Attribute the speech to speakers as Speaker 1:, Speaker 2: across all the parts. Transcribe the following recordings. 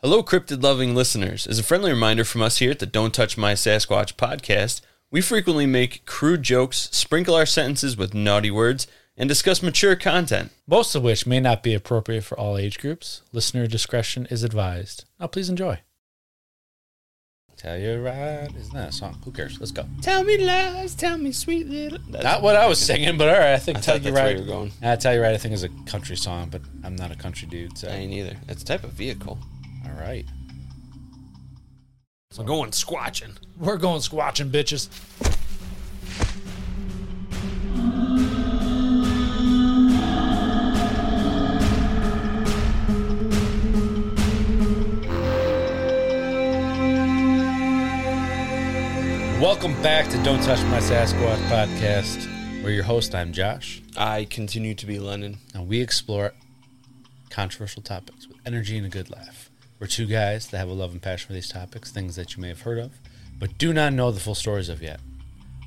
Speaker 1: Hello, cryptid loving listeners. As a friendly reminder from us here at the Don't Touch My Sasquatch podcast, we frequently make crude jokes, sprinkle our sentences with naughty words, and discuss mature content.
Speaker 2: most of which may not be appropriate for all age groups. Listener discretion is advised. Now, please enjoy.
Speaker 3: Telluride. Isn't that a song? Who cares? Let's go.
Speaker 1: Tell me lies, tell me sweet little.
Speaker 3: Not what I was singing, but all right. I think
Speaker 1: I
Speaker 3: Tell
Speaker 1: thought
Speaker 3: You
Speaker 1: that's where
Speaker 3: Right.
Speaker 1: you were going.
Speaker 3: Nah, Tell You Right, I think is a country song, but I'm not a country dude. So,
Speaker 1: I ain't either. It's a type of vehicle.
Speaker 3: all right.
Speaker 1: I'm going squatching.
Speaker 2: We're going squatching, bitches.
Speaker 3: Welcome back to Don't Touch My Sasquatch podcast. We're your host. I'm Josh,
Speaker 1: I continue to be Lennon.
Speaker 3: and we explore controversial topics with energy and a good laugh. We're two guys that have a love and passion for these topics, things that you may have heard of, but do not know the full stories of yet.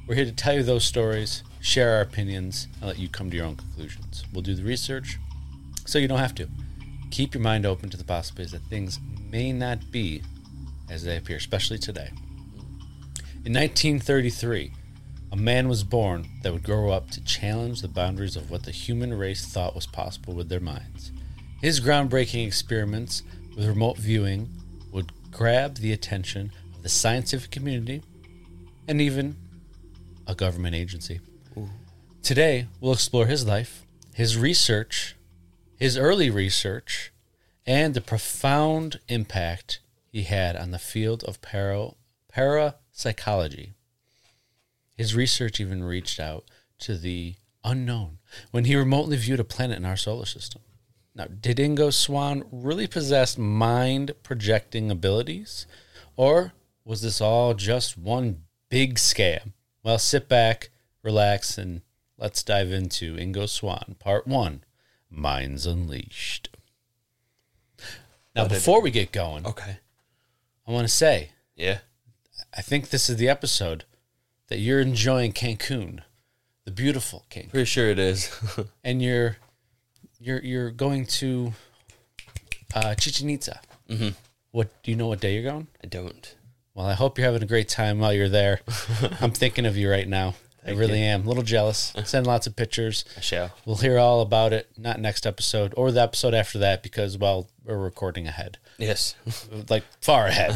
Speaker 3: We're here to tell you those stories, share our opinions, and let you come to your own conclusions. We'll do the research so you don't have to. Keep your mind open to the possibilities that things may not be as they appear, especially today. In 1933, a man was born that would grow up to challenge the boundaries of what the human race thought was possible with their minds. His groundbreaking experiments with remote viewing would grab the attention of the scientific community and even a government agency. Today, we'll explore his life, his research, his early research, and the profound impact he had on the field of para- parapsychology. His research even reached out to the unknown when he remotely viewed a planet in our solar system. Now, did Ingo Swan really possess mind projecting abilities? Or was this all just one big scam? Well, sit back, relax, and let's dive into Ingo Swan, part one Minds Unleashed. Now,
Speaker 1: What did- Oh.
Speaker 3: before we get going,
Speaker 1: Okay.
Speaker 3: I want to say
Speaker 1: Yeah.
Speaker 3: I think this is the episode that you're enjoying Cancun, the beautiful Cancun,
Speaker 1: Pretty sure it is.
Speaker 3: and you're you're you're going to uh, Chichen Itza. Mm-hmm. What do you know? What day you're going?
Speaker 1: I don't.
Speaker 3: Well, I hope you're having a great time while you're there. I'm thinking of you right now. I really am. A little jealous. Send lots of pictures.
Speaker 1: I shall.
Speaker 3: We'll hear all about it. Not next episode or the episode after that because well, we're recording ahead,
Speaker 1: Yes.
Speaker 3: like far ahead.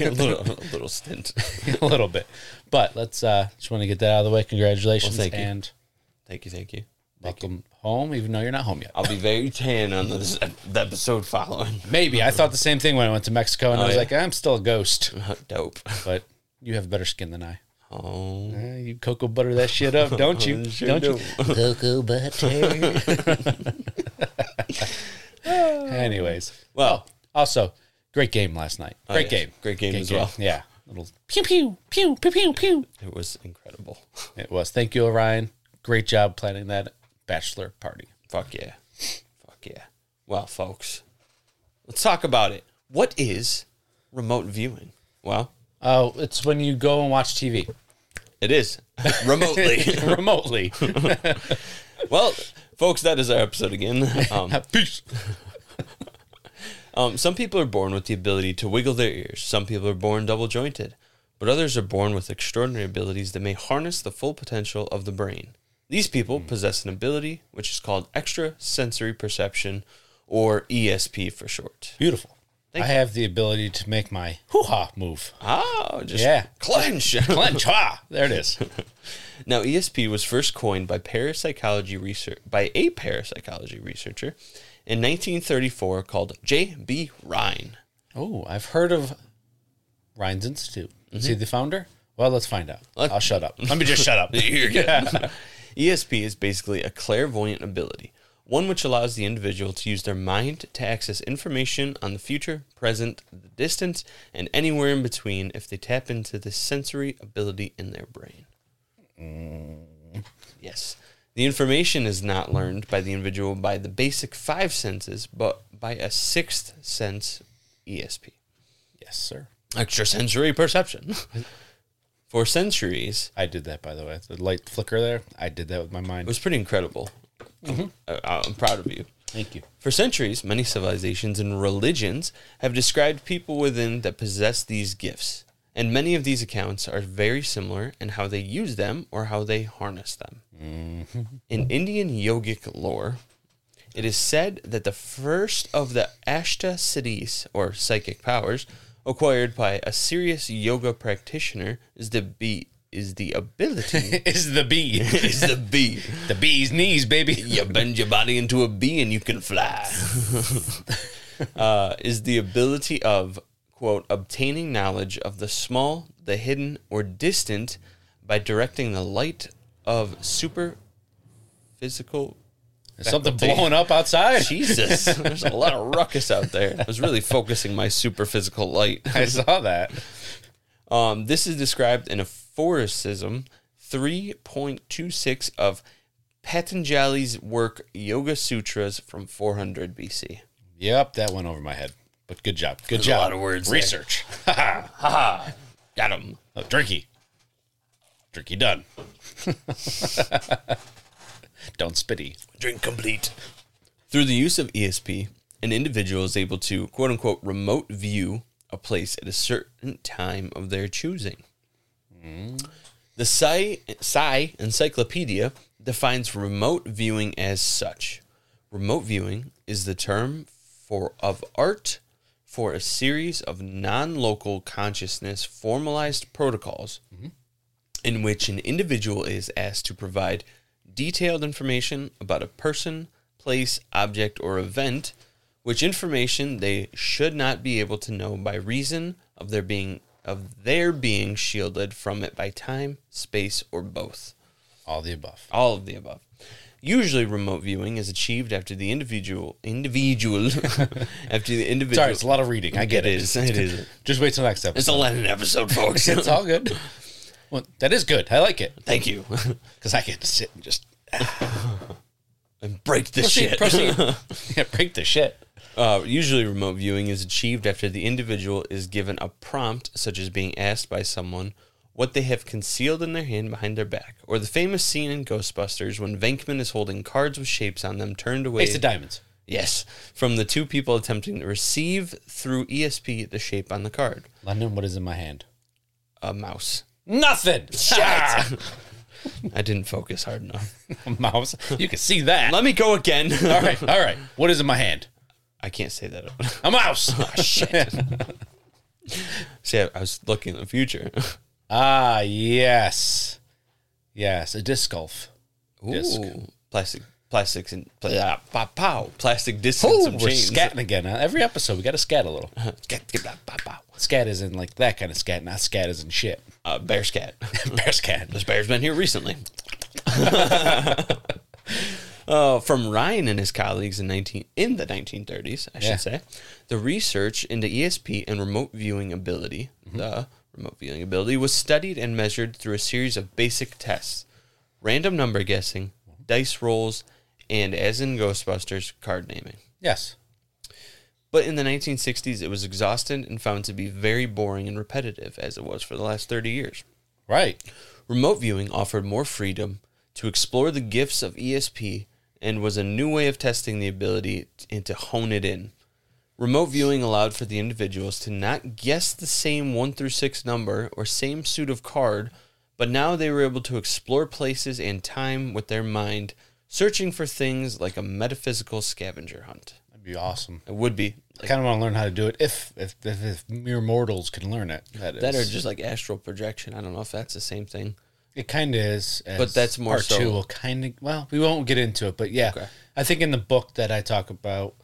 Speaker 1: a little, a little stint.
Speaker 3: a little bit. But let's uh just want to get that out of the way. Congratulations
Speaker 1: Well, thank you.
Speaker 3: and
Speaker 1: Thank you. Thank you.
Speaker 3: welcome home, even though you're not home yet.
Speaker 1: I'll be very tan on this, the episode following.
Speaker 3: Maybe I thought the same thing when I went to Mexico and
Speaker 1: Oh,
Speaker 3: I was
Speaker 1: yeah.
Speaker 3: like, I'm still a ghost.
Speaker 1: Dope.
Speaker 3: But you have better skin than I.
Speaker 1: Oh.
Speaker 3: Uh, you cocoa butter that shit up, don't you?
Speaker 1: Sure
Speaker 3: don't you? Cocoa butter. Anyways,
Speaker 1: Well,
Speaker 3: also great game last night.
Speaker 1: yes.
Speaker 3: Great game.
Speaker 1: Oh, Great game as well.
Speaker 3: Yeah. Little pew pew pew pew pew pew.
Speaker 1: it was incredible.
Speaker 3: It was. Thank you, Orion. Great job planning that bachelor party.
Speaker 1: Fuck yeah. Fuck yeah. Well, folks, let's talk about it. What is remote viewing? Well,
Speaker 3: Oh, it's when you go and watch TV
Speaker 1: it is remotely.
Speaker 3: remotely.
Speaker 1: well, folks, that is our episode again. Um,
Speaker 3: Peace.
Speaker 1: um, some people are born with the ability to wiggle their ears, some people are born double jointed, but others are born with extraordinary abilities that may harness the full potential of the brain. These people possess an ability which is called extrasensory perception, or ESP for short.
Speaker 3: Beautiful.
Speaker 1: Thank
Speaker 3: I have the ability to make my hoo ha move.
Speaker 1: Oh, just
Speaker 3: Yeah.
Speaker 1: clench.
Speaker 3: Clench ha. There it is.
Speaker 1: Now, ESP was first coined by parapsychology research by a parapsychology researcher in 1934 called J.B. Rhine.
Speaker 3: Oh, I've heard of Rhines Institute. Is
Speaker 1: Mm-hmm.
Speaker 3: he the founder? Well, let's find out.
Speaker 1: Let-
Speaker 3: I'll shut up. Let me just shut up.
Speaker 1: You're good. ESP E is basically a clairvoyant ability, one which allows the individual to use their mind to access information on the future, present, the distance, and anywhere in between if they tap into the sensory ability in their brain. Yes. The information is not learned by the individual by the basic five senses, but by a sixth sense ESP
Speaker 3: Yes, sir.
Speaker 1: extrasensory perception. For centuries,
Speaker 3: I did that, by the way. The light flicker there. I did that with my
Speaker 1: It
Speaker 3: mind.
Speaker 1: was pretty incredible. I, Uh, I'm proud of you.
Speaker 3: Thank you.
Speaker 1: For centuries, many civilizations and religions have described people within that possess these gifts, and many of these accounts are very similar in how they use them or how they harness them. In Indian yogic lore, it is said that the first of the Ashta Siddhis, or psychic powers, acquired by a serious yoga practitioner is the be is the ability
Speaker 3: Is the bee.
Speaker 1: is the be.
Speaker 3: the bee's knees, baby.
Speaker 1: You bend your body into a bee and you can fly. uh, is the ability of, quote, obtaining knowledge of the small, the hidden, or distant by directing the light of super physical.
Speaker 3: There's something
Speaker 1: faculty.
Speaker 3: blowing up outside.
Speaker 1: Jesus, there's a lot of ruckus out there. I was really focusing my super physical light.
Speaker 3: I saw that.
Speaker 1: Um, this is described in a Aphorism 3.26 of Patanjali's work Yoga Sutras from 400 BC.
Speaker 3: Yep, that went over my head. But good job. Good
Speaker 1: a
Speaker 3: job.
Speaker 1: lot of words there.
Speaker 3: Research.
Speaker 1: Got him.
Speaker 3: Oh, drinky. Drinky done. Don't spitty.
Speaker 1: Drink complete. Through the use of ESP, an individual is able to, quote unquote, remote view a place at a certain time of their choosing. Hmm. The Psi, Psi Encyclopedia defines remote viewing as such. Remote viewing is the term for of art for a series of non-local consciousness formalized protocols in which an individual is asked to provide detailed information about a person, place, object, or event, which information they should not be able to know by reason of their being of their being shielded from it by time, space, or both.
Speaker 3: All the above.
Speaker 1: All of the above. Usually remote viewing is achieved after the individual individual after the individual
Speaker 3: Sorry, it's a lot of reading. I get it.
Speaker 1: It is, it is.
Speaker 3: Just wait till next episode.
Speaker 1: It's a Lennon episode, folks.
Speaker 3: It's all good. Well, that is good. I like it
Speaker 1: Thank you.
Speaker 3: because I can sit and just
Speaker 1: and break the
Speaker 3: proceed,
Speaker 1: shit.
Speaker 3: proceed. yeah, break the shit.
Speaker 1: Uh, usually, remote viewing is achieved after the individual is given a prompt, such as being asked by someone what they have concealed in their hand behind their back, or the famous scene in Ghostbusters when Venkman is holding cards with shapes on them turned away.
Speaker 3: Ace of diamonds.
Speaker 1: yes, from the two people attempting to receive through ESP the shape on the card.
Speaker 3: London, what is in my hand?
Speaker 1: A mouse.
Speaker 3: Nothing. Ah,
Speaker 1: I didn't focus hard enough.
Speaker 3: Mouse. You can see that.
Speaker 1: Let me go again.
Speaker 3: All right. All right. What is in my hand?
Speaker 1: I can't say that.
Speaker 3: A mouse. shit.
Speaker 1: See, I I was looking in the future.
Speaker 3: ah, yes. Yes. A disc golf. Disc.
Speaker 1: Ooh, plastic, plastics, and pla- ah, pow, pow, plastic discs and
Speaker 3: Ooh,
Speaker 1: some
Speaker 3: we're
Speaker 1: chains.
Speaker 3: scatting again. Huh? Every episode, we got to scat a little.
Speaker 1: Scat, scat, pow, pow, pow.
Speaker 3: Scat is in like that kind of scat, not scat is in shit.
Speaker 1: Uh, bear scat.
Speaker 3: Bear scat.
Speaker 1: this bear's been here recently. Uh, from Ryan and his colleagues in 19 in the 1930s, I should
Speaker 3: Yeah.
Speaker 1: say, the research into ESP and remote viewing ability,
Speaker 3: Mm-hmm.
Speaker 1: the remote viewing ability, was studied and measured through a series of basic tests: random number guessing, dice rolls, and, as in Ghostbusters, card naming.
Speaker 3: Yes.
Speaker 1: But in the 1960s, it was exhausted and found to be very boring and repetitive, as it was for the last 30 years.
Speaker 3: Right.
Speaker 1: Remote viewing offered more freedom to explore the gifts of ESP and was a new way of testing the ability t- and to hone it in. Remote viewing allowed for the individuals to not guess the same 1 through 6 number or same suit of card, but now they were able to explore places and time with their mind, searching for things like a metaphysical scavenger hunt.
Speaker 3: That'd be awesome.
Speaker 1: It would be
Speaker 3: I kind of want to learn how to do it if if, if, if mere mortals can learn it. That is.
Speaker 1: That are just like astral projection. I don't know if that's the same thing.
Speaker 3: it kind of is. as
Speaker 1: But that's more
Speaker 3: part
Speaker 1: so-
Speaker 3: two will kind of. Well, we won't get into it, but yeah, I think in the book that I talk about,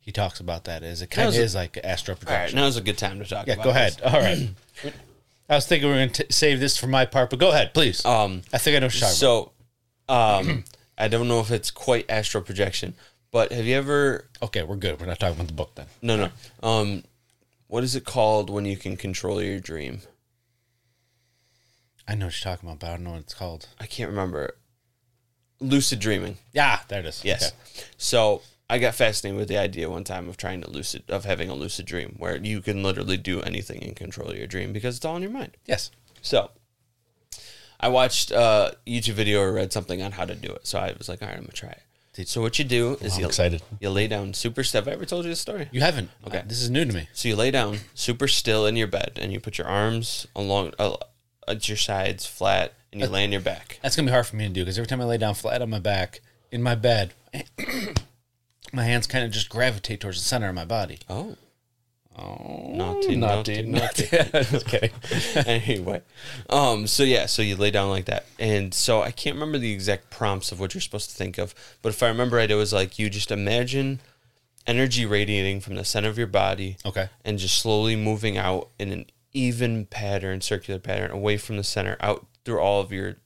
Speaker 3: he talks about that. Is it kind of
Speaker 1: was a-
Speaker 3: is like astral
Speaker 1: All right,
Speaker 3: projection?
Speaker 1: now's a good time to talk.
Speaker 3: yeah,
Speaker 1: about
Speaker 3: go
Speaker 1: this.
Speaker 3: ahead. All right. I was thinking we are going to save this for my part, but go ahead, please.
Speaker 1: Um,
Speaker 3: I think I know what you're talking
Speaker 1: so, um, I don't know if it's quite astral projection, but have you ever?
Speaker 3: about. Okay, we're good. We're not talking about the book then.
Speaker 1: No, no. Um, what is it called when you can control your dream?
Speaker 3: I know what you're talking about, but I don't know what it's called.
Speaker 1: I can't remember. Lucid dreaming.
Speaker 3: Yeah, there it is.
Speaker 1: Yes.
Speaker 3: Okay.
Speaker 1: So I got fascinated with the idea one time of trying to lucid of having a lucid dream where you can literally do anything and control your dream because it's all in your mind.
Speaker 3: Yes.
Speaker 1: So uh, I watched a YouTube video or read something on how to do it. So I was like, all right, I'm going to try it. So what you do is
Speaker 3: I'm
Speaker 1: you,
Speaker 3: excited.
Speaker 1: you lay down super stiff. Have I ever told you this story?
Speaker 3: You haven't.
Speaker 1: Okay.
Speaker 3: Uh, this is new to me.
Speaker 1: So you lay down super still in your bed and you put your arms along uh, at your sides flat and you
Speaker 3: Uh,
Speaker 1: lay on your back.
Speaker 3: That's gonna be hard for me to do because every time I lay down flat on my back in my bed, my hands kind of just gravitate towards the center of my body.
Speaker 1: Oh.
Speaker 3: Oh,
Speaker 1: Naughty, naughty, naughty.
Speaker 3: just kidding.
Speaker 1: anyway, um, so yeah, so you lay down like that, and so I can't remember the exact prompts of what you're supposed to think of, but if I remember right, it was like you just imagine energy radiating from the center of your body,
Speaker 3: Okay.
Speaker 1: and just slowly moving out in an even pattern, circular pattern, away from the center, out through all of your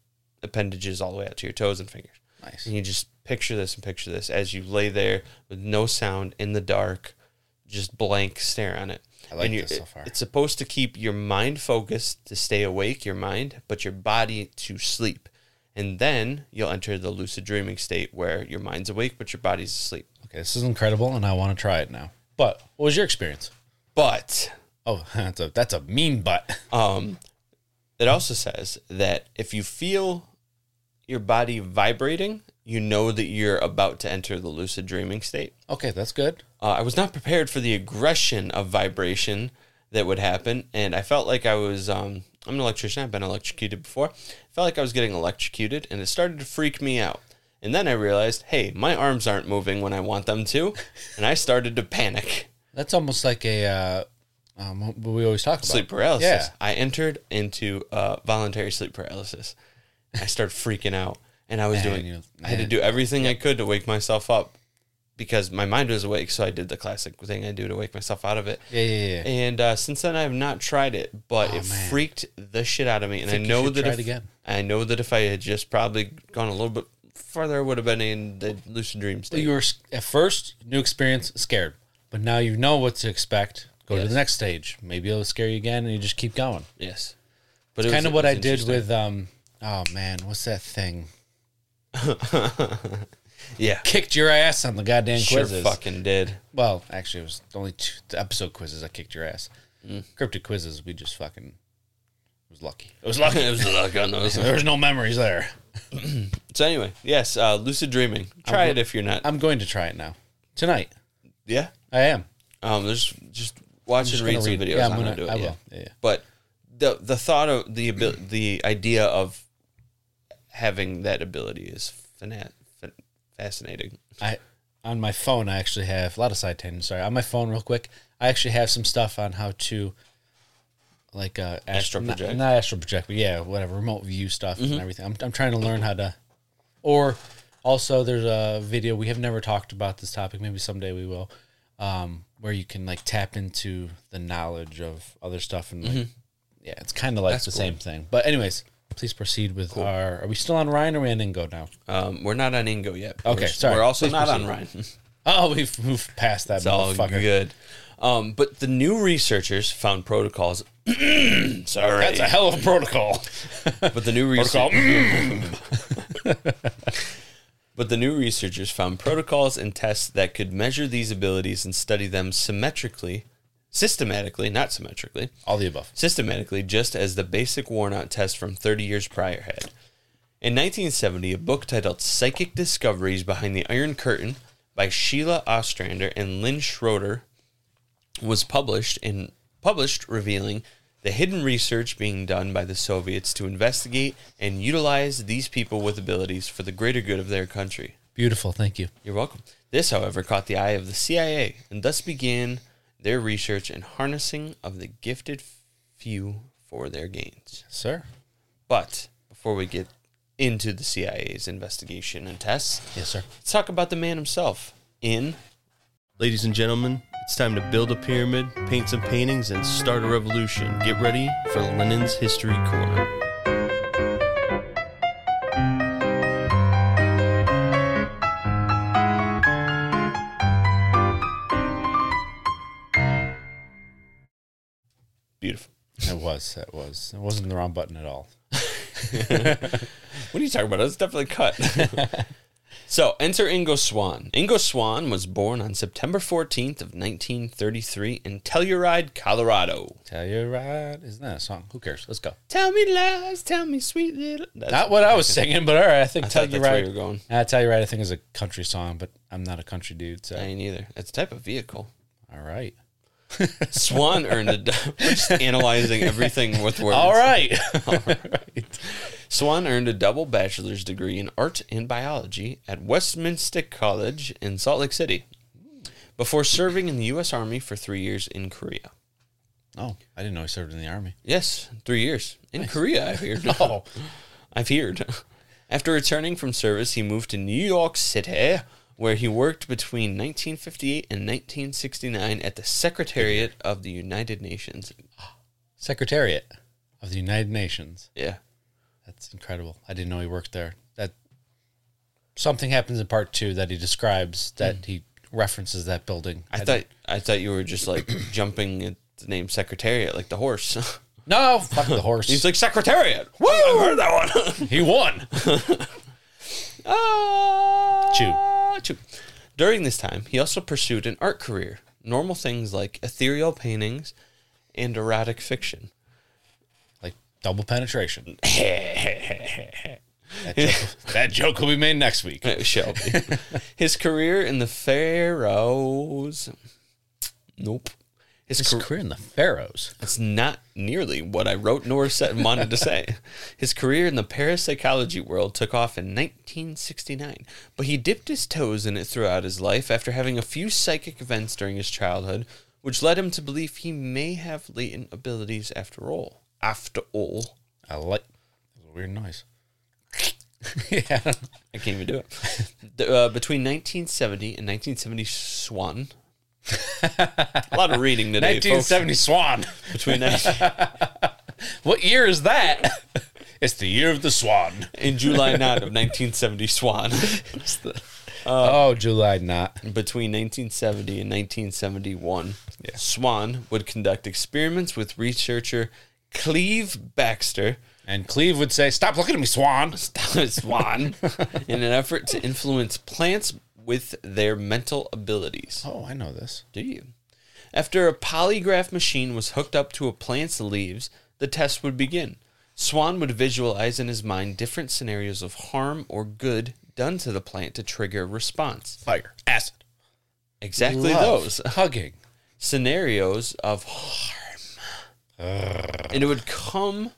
Speaker 1: appendages, all the way out to your toes and fingers.
Speaker 3: Nice.
Speaker 1: And you just picture this and picture this as you lay there with no sound in the dark, just blank stare on it.
Speaker 3: I like
Speaker 1: and you-
Speaker 3: this so far.
Speaker 1: It's supposed to keep your mind focused to stay awake, your mind, but your body to sleep. And then you'll enter the lucid dreaming state where your mind's awake, but your body's asleep.
Speaker 3: Okay, this is incredible, and I want to try it now. But what was your experience?
Speaker 1: But
Speaker 3: Oh, that's a that's a mean butt.
Speaker 1: Um, it also says that if you feel your body vibrating, you know that you're about to enter the lucid dreaming state.
Speaker 3: Okay, that's good.
Speaker 1: Uh, I was not prepared for the aggression of vibration that would happen, and I felt like I was. Um, I'm an electrician. I've been electrocuted before. I felt like I was getting electrocuted, and it started to freak me out. And then I realized, hey, my arms aren't moving when I want them to, and I started to panic.
Speaker 3: That's almost like a uh, um, what we always talk about
Speaker 1: sleep paralysis.
Speaker 3: Yeah.
Speaker 1: I entered into uh, voluntary sleep paralysis. I started freaking out, and I was
Speaker 3: Man,
Speaker 1: doing.
Speaker 3: you-
Speaker 1: I had to
Speaker 3: man.
Speaker 1: do everything I could to wake myself up because my mind was awake. So I did the classic thing I do to wake myself out of it.
Speaker 3: Yeah, yeah, yeah.
Speaker 1: And uh, since then, I have not tried it, but it freaked the shit out of me. And I
Speaker 3: you
Speaker 1: know
Speaker 3: should
Speaker 1: that
Speaker 3: try
Speaker 1: if,
Speaker 3: it again.
Speaker 1: I know that if I had just probably gone a little bit further, I would have been in the lucid dream state.
Speaker 3: you were s- at first new experience scared, but now you know what to expect. Go to
Speaker 1: Yes.
Speaker 3: the next stage. Maybe it'll scare you again, and you just keep going.
Speaker 1: yes, but it
Speaker 3: Kind
Speaker 1: was-
Speaker 3: of
Speaker 1: it
Speaker 3: what
Speaker 1: was
Speaker 3: I did
Speaker 1: interesting.
Speaker 3: with um. Oh man, what's that thing?
Speaker 1: yeah,
Speaker 3: Kicked your ass on the goddamn
Speaker 1: sure
Speaker 3: quizzes.
Speaker 1: fucking did.
Speaker 3: Well, actually, it was only two the episode quizzes I kicked your ass.
Speaker 1: Mm.
Speaker 3: Cryptic quizzes, we just fucking it was lucky. It was lucky.
Speaker 1: it was luck on those.
Speaker 3: There's no memories there.
Speaker 1: So anyway, yes, uh, lucid dreaming. Try it if you're not.
Speaker 3: I'm going to try it now tonight.
Speaker 1: yeah.
Speaker 3: I am.
Speaker 1: Um, there's just watch and read
Speaker 3: gonna
Speaker 1: some
Speaker 3: read-
Speaker 1: videos.
Speaker 3: yeah,
Speaker 1: I'm,
Speaker 3: I'm
Speaker 1: gonna,
Speaker 3: gonna-
Speaker 1: do it.
Speaker 3: I
Speaker 1: yeah.
Speaker 3: will. Yeah, yeah.
Speaker 1: But the the thought of the abil- the idea of having that ability is fana- fa- fascinating.
Speaker 3: I on my phone I actually have a lot of side tangents. Sorry, on my phone real quick. I actually have some stuff on how to like uh,
Speaker 1: Astral
Speaker 3: not-
Speaker 1: project? Mm-hmm.
Speaker 3: not, astral project, but yeah, whatever remote view stuff and everything. I'm I'm trying to learn how to, or also there's a video we have never talked about this topic. Maybe someday we will, um, where you can like tap into the knowledge of other stuff and like,
Speaker 1: Mm-hmm.
Speaker 3: yeah, it's kind of like the same thing. But anyways. Please proceed with our. Are we still on Ryan or are we on Ingo now?
Speaker 1: Um, we're not on Ingo yet.
Speaker 3: Okay,
Speaker 1: We're-
Speaker 3: sorry.
Speaker 1: We're also
Speaker 3: Please
Speaker 1: not on
Speaker 3: proceed.
Speaker 1: Ryan.
Speaker 3: Oh, we've moved past that.
Speaker 1: It's all
Speaker 3: motherfucker.
Speaker 1: good. Um, but the new researchers found protocols. sorry,
Speaker 3: That's a hell of a protocol.
Speaker 1: but the new research.
Speaker 3: protocol.
Speaker 1: mm. But the new researchers found protocols and tests that could measure these abilities and study them symmetrically, systematically, not symmetrically,
Speaker 3: All the above.
Speaker 1: systematically, just as the basic Warnock test from 30 years prior had. In 1970, a book titled Psychic Discoveries Behind the Iron Curtain by Sheila Ostrander and Lynn Schroeder was published and published revealing the hidden research being done by the Soviets to investigate and utilize these people with abilities for the greater good of their country.
Speaker 3: Beautiful. Thank you.
Speaker 1: You're welcome. This, however, caught the eye of the CIA and thus began their research and harnessing of the gifted few for their gains.
Speaker 3: Sir?
Speaker 1: But before we get into the CIA's investigation and tests,
Speaker 3: Yes, sir.
Speaker 1: let's talk about the man himself in
Speaker 4: Ladies and gentlemen, it's time to build a pyramid, paint some paintings, and start a revolution. Get ready for Lenin's History Corner.
Speaker 1: Beautiful.
Speaker 3: It was. It was. It wasn't the wrong button at all.
Speaker 1: What are you talking about? That's definitely cut. So enter Ingo Swan. Ingo Swan was born on September 14th of 1933 in Telluride, Colorado.
Speaker 3: Tell you right. Isn't that a song? Who cares? Let's go.
Speaker 1: Tell me lies, tell me sweet little. That's,
Speaker 3: Not what I was singing, but all right. I think
Speaker 1: I
Speaker 3: Tell
Speaker 1: thought
Speaker 3: You
Speaker 1: that's where
Speaker 3: Right.
Speaker 1: you were going.
Speaker 3: I Tell You Right, I think, is a country song, but I'm not a country dude. So,
Speaker 1: I ain't either. It's a type of vehicle.
Speaker 3: all right.
Speaker 1: Swan earned a. We're just analyzing everything with words.
Speaker 3: All right.
Speaker 1: Swan earned a double bachelor's degree in art and biology at Westminster College in Salt Lake City before serving in the U.S. Army for three years in Korea.
Speaker 3: oh, I didn't know he served in the army.
Speaker 1: Yes, three years. In Korea, I've heard.
Speaker 3: Oh,
Speaker 1: I've heard. After returning from service, he moved to New York City, where he worked between 1958 and 1969 at the Secretariat of the United Nations.
Speaker 3: Secretariat of the United Nations.
Speaker 1: Yeah.
Speaker 3: That's incredible. I didn't know he worked there. That something happens in part two that he describes that he references that building.
Speaker 1: Hmm. I thought I thought you were just like jumping at the name Secretariat, like the horse.
Speaker 3: no, fuck the horse.
Speaker 1: He's like Secretariat. Woo! I heard that one.
Speaker 3: he won.
Speaker 1: Ah,
Speaker 3: Chew.
Speaker 1: chew. During this time, he also pursued an art career. Normal things like ethereal paintings and erotic fiction.
Speaker 3: like double penetration. that, joke, that joke will be made next week.
Speaker 1: It shall be. His career in the Pharaohs. Nope. His
Speaker 3: His
Speaker 1: car-
Speaker 3: career in the Pharaohs.
Speaker 1: That's not nearly what I wrote nor said, wanted to say. His career in the parapsychology world took off in 1969, but he dipped his toes in it throughout his life after having a few psychic events during his childhood, which led him to believe he may have latent abilities after all. After all,
Speaker 3: I like. That was a weird noise. yeah.
Speaker 1: I can't even do it. The, uh, between 1970 and 1971, a lot of reading today. folks.
Speaker 3: 1970 Swan.
Speaker 1: Between that.
Speaker 3: What year is that? it's the year of the Swan.
Speaker 1: in July 9 of 1970, Swan. um,
Speaker 3: oh, July not.
Speaker 1: Between 1970 and 1971, Swan would conduct experiments with researcher Cleve Baxter
Speaker 3: And Cleve would say, "Stop looking at me, Swan."
Speaker 1: Swan in an effort to influence plants with their mental abilities.
Speaker 3: Oh, I know this.
Speaker 1: Do you? After a polygraph machine was hooked up to a plant's leaves, the test would begin. Swan would visualize in his mind different scenarios of harm or good done to the plant to trigger a response.
Speaker 3: Fire, acid,
Speaker 1: Exactly
Speaker 3: love,
Speaker 1: those
Speaker 3: hugging.
Speaker 1: scenarios of harm. And it would come.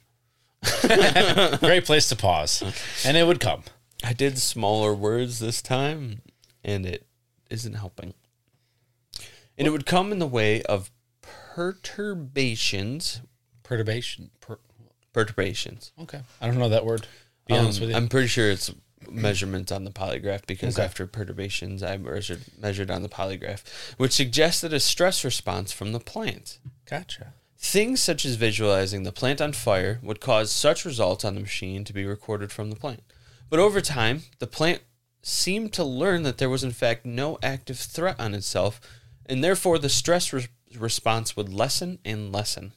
Speaker 3: Great place to pause. And it would come.
Speaker 1: I did smaller words this time, and it isn't helping. And it would come in the way of perturbations.
Speaker 3: Perturbation. Per-
Speaker 1: Perturbations.
Speaker 3: okay, I don't know that word. Be honest
Speaker 1: Um,
Speaker 3: with you.
Speaker 1: I'm pretty sure it's measurements on the polygraph because after perturbations, I measured, measured on the polygraph, which suggested a stress response from the plant.
Speaker 3: gotcha.
Speaker 1: Things such as visualizing the plant on fire would cause such results on the machine to be recorded from the plant. But over time, the plant seemed to learn that there was, in fact, no active threat on itself, and therefore the stress re- response would lessen and lessen.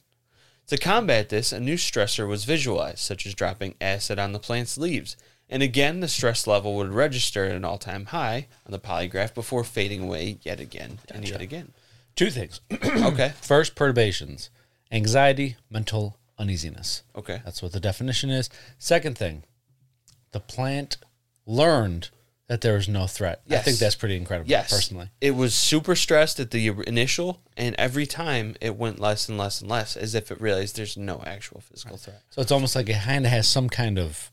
Speaker 1: To combat this, a new stressor was visualized, such as dropping acid on the plant's leaves. And again, the stress level would register at an all time high on the polygraph before fading away yet again and yet again.
Speaker 3: Two things.
Speaker 1: okay.
Speaker 3: First, perturbations, anxiety, mental uneasiness.
Speaker 1: Okay.
Speaker 3: That's what the definition is. Second thing, the plant learned that there was no threat. I
Speaker 1: Yes.
Speaker 3: think that's pretty incredible.
Speaker 1: Yes.
Speaker 3: personally.
Speaker 1: It was super stressed at the initial, and every time it went less and less and less as if it realized there's no actual physical threat.
Speaker 3: So it's almost like it kind of has some kind of,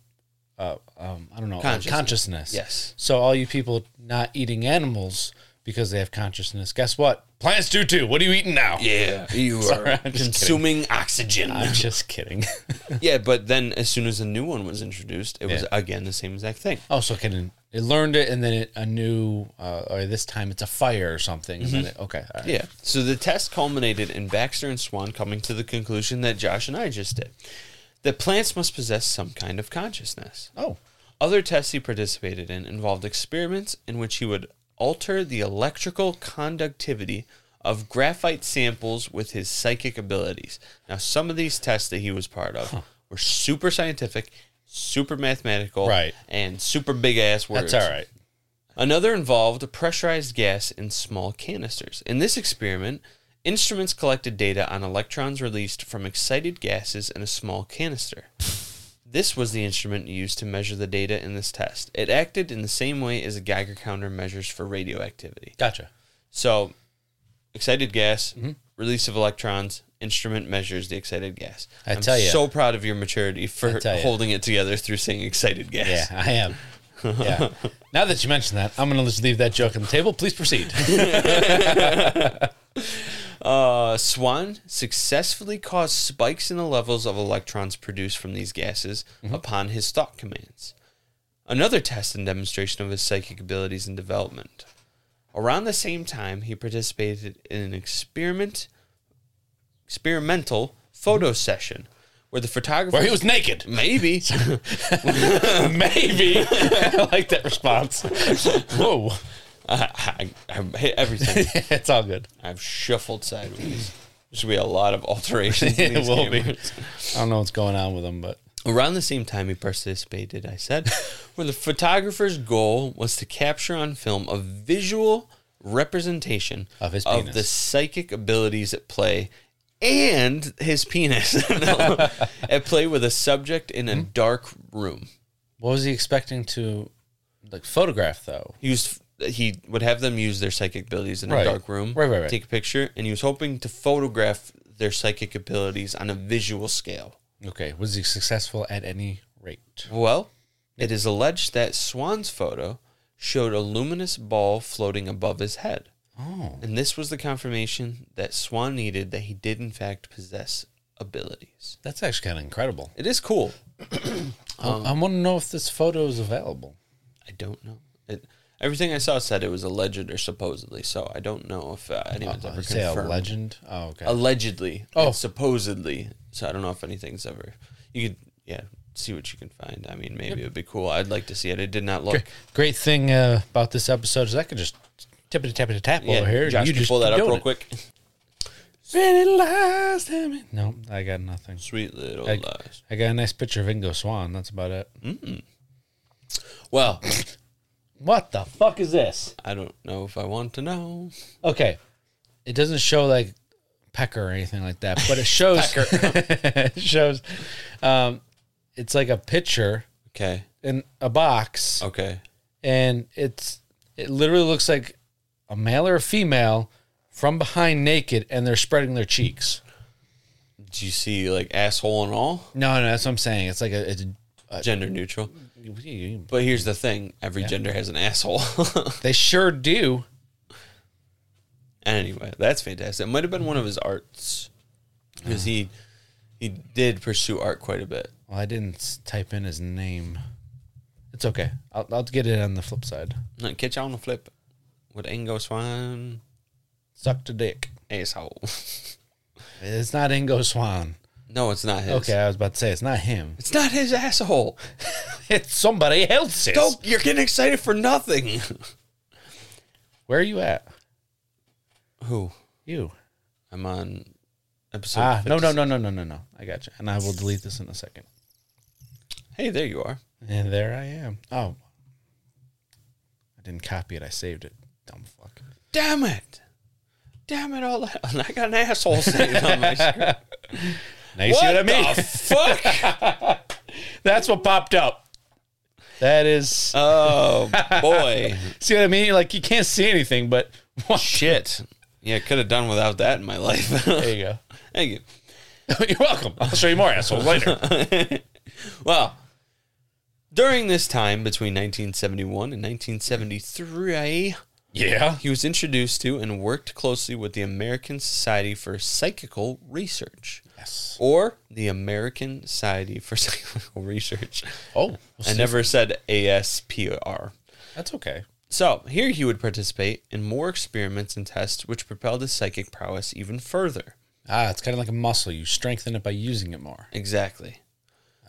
Speaker 3: uh, um, I don't know,
Speaker 1: Consciousness.
Speaker 3: consciousness.
Speaker 1: Yes.
Speaker 3: So all you people not eating animals because they have consciousness, guess what? Plants do too. What are you eating now?
Speaker 1: Yeah. You are
Speaker 3: I'm just kidding.
Speaker 1: consuming oxygen.
Speaker 3: I'm just kidding.
Speaker 1: yeah, but then as soon as a new one was introduced, it was
Speaker 3: Yeah.
Speaker 1: again the same exact thing.
Speaker 3: oh, so it can it learned it and then it, a new, uh, or this time it's a fire or something. And then it, okay. all right.
Speaker 1: Mm-hmm. Yeah. So the test culminated in Baxter and Swan coming to the conclusion that Josh and I just did that plants must possess some kind of consciousness.
Speaker 3: Oh,
Speaker 1: Other tests he participated in involved experiments in which he would alter the electrical conductivity of graphite samples with his psychic abilities. Now, some of these tests that he was part of were super scientific, super mathematical,
Speaker 3: Right.
Speaker 1: and super big ass words.
Speaker 3: that's all right.
Speaker 1: Another involved pressurized gas in small canisters. In this experiment, instruments collected data on electrons released from excited gases in a small canister. This was the instrument used to measure the data in this test. It acted in the same way as a Geiger counter measures for radioactivity.
Speaker 3: Gotcha.
Speaker 1: So, excited gas,
Speaker 3: Mm-hmm.
Speaker 1: release of electrons, instrument measures the excited gas.
Speaker 3: I
Speaker 1: am
Speaker 3: tell ya.
Speaker 1: so proud of your maturity for
Speaker 3: tell ya.
Speaker 1: holding it together through saying excited gas.
Speaker 3: Yeah, I am. Yeah. now that you mention that, I'm going to just leave that joke on the table. Please proceed.
Speaker 1: Uh, Swan successfully caused spikes in the levels of electrons produced from these gases
Speaker 3: Mm-hmm.
Speaker 1: upon his thought commands. Another test and demonstration of his psychic abilities and development. Around the same time, he participated in an experiment, experimental photo
Speaker 3: Mm-hmm.
Speaker 1: session, where the photographer
Speaker 3: Where he was naked.
Speaker 1: maybe
Speaker 3: Maybe. I like that response. Whoa.
Speaker 1: I, I, I hit everything.
Speaker 3: it's all good.
Speaker 1: I've shuffled sideways. There should be a lot of alterations. In
Speaker 3: It
Speaker 1: these
Speaker 3: will be.
Speaker 1: cameras.
Speaker 3: I don't know what's going on with him, but
Speaker 1: Around the same time he participated, I said, where the photographer's goal was to capture on film a visual representation
Speaker 3: Of his
Speaker 1: of
Speaker 3: penis.
Speaker 1: the psychic abilities at play and his penis at play with a subject in
Speaker 3: Hmm?
Speaker 1: a dark room.
Speaker 3: what was he expecting to like photograph though?
Speaker 1: He was he would have them use their psychic abilities in a
Speaker 3: Right.
Speaker 1: dark room,
Speaker 3: Right, right, right.
Speaker 1: take a picture, and he was hoping to photograph their psychic abilities on a visual scale.
Speaker 3: Okay. Was he successful at any rate?
Speaker 1: Well, it is alleged that Swan's photo showed a luminous ball floating above his head.
Speaker 3: Oh.
Speaker 1: And this was the confirmation that Swan needed that he did, in fact, possess abilities.
Speaker 3: That's actually kind of incredible.
Speaker 1: It is cool. Um,
Speaker 3: I, want to know if this photo is available.
Speaker 1: I don't know. It, everything I saw said it was alleged or supposedly, so I don't know if uh, anyone's
Speaker 3: Oh,
Speaker 1: ever
Speaker 3: you say a
Speaker 1: confirmed.
Speaker 3: legend? Oh, okay.
Speaker 1: Allegedly.
Speaker 3: Oh.
Speaker 1: and supposedly. So I don't know if anything's ever. You could, yeah, see what you can find. I mean, maybe it would be cool. I'd like to see it. I did not look.
Speaker 3: Great, great thing uh, about this episode is I could just tippity tappity tap over here. and
Speaker 1: Josh,
Speaker 3: you
Speaker 1: can
Speaker 3: just
Speaker 1: pull that
Speaker 3: keep
Speaker 1: up
Speaker 3: doing
Speaker 1: real
Speaker 3: it.
Speaker 1: quick.
Speaker 3: Pretty lies, damn it. No, I got nothing.
Speaker 1: Sweet little
Speaker 3: I,
Speaker 1: lies.
Speaker 3: I got a nice picture of Ingo Swan. That's about it.
Speaker 1: Hmm? Well,
Speaker 3: What the fuck is this?
Speaker 1: I don't know if I want to know.
Speaker 3: Okay, it doesn't show like pecker or anything like that, but it shows. it shows. Um, it's like a picture
Speaker 1: Okay.
Speaker 3: in a box,
Speaker 1: Okay.
Speaker 3: and it's it literally looks like a male or a female from behind naked, and they're spreading their cheeks.
Speaker 1: Do you see like asshole and all?
Speaker 3: No, no, that's what I'm saying. It's like a. It's a
Speaker 1: Gender neutral. But here's the thing every gender has an asshole.
Speaker 3: they sure do.
Speaker 1: anyway, that's fantastic. It might have been one of his arts because he he did pursue art quite a bit.
Speaker 3: Well, I didn't s- type in his name. It's okay. I'll, I'll get it on the flip side.
Speaker 1: Not catch on the flip with Ingo Swan
Speaker 3: Sucked a dick.
Speaker 1: asshole.
Speaker 3: It's not Ingo Swan.
Speaker 1: No, it's not his.
Speaker 3: Okay, I was about to say it's not him.
Speaker 1: It's not his asshole.
Speaker 3: It's somebody else's.
Speaker 1: Don't, you're getting excited for nothing.
Speaker 3: Where are you at?
Speaker 1: Who?
Speaker 3: You.
Speaker 1: I'm on episode.
Speaker 3: Ah, no,
Speaker 1: 56.
Speaker 3: no, no, no, no, no, no. I got you. And I will delete this in a second.
Speaker 1: Hey, there you are.
Speaker 3: And there I am. Oh, I didn't copy it. I saved it. Dumb fuck.
Speaker 1: Damn it! Damn it all! I got an asshole saved on my screen.
Speaker 3: Now you see what I mean?
Speaker 1: the fuck?
Speaker 3: That's what popped up. That is.
Speaker 1: Oh boy!
Speaker 3: see what I mean? Like you can't see anything, but
Speaker 1: Shit! Yeah, could have done without that in my life.
Speaker 3: there you go.
Speaker 1: Thank you.
Speaker 3: You're welcome. I'll show you more assholes later.
Speaker 1: Well, during this time between 1971 and 1973,
Speaker 3: yeah.
Speaker 1: he was introduced to and worked closely with the American Society for Psychical Research.
Speaker 3: Yes.
Speaker 1: or the American Society for Psychological Research.
Speaker 3: Oh,
Speaker 1: I never said ASPR.
Speaker 3: that's okay.
Speaker 1: So, here he would participate in more experiments and tests which propelled his psychic prowess even further.
Speaker 3: Ah, it's kind of like a muscle. You strengthen it by using it more.
Speaker 1: Exactly.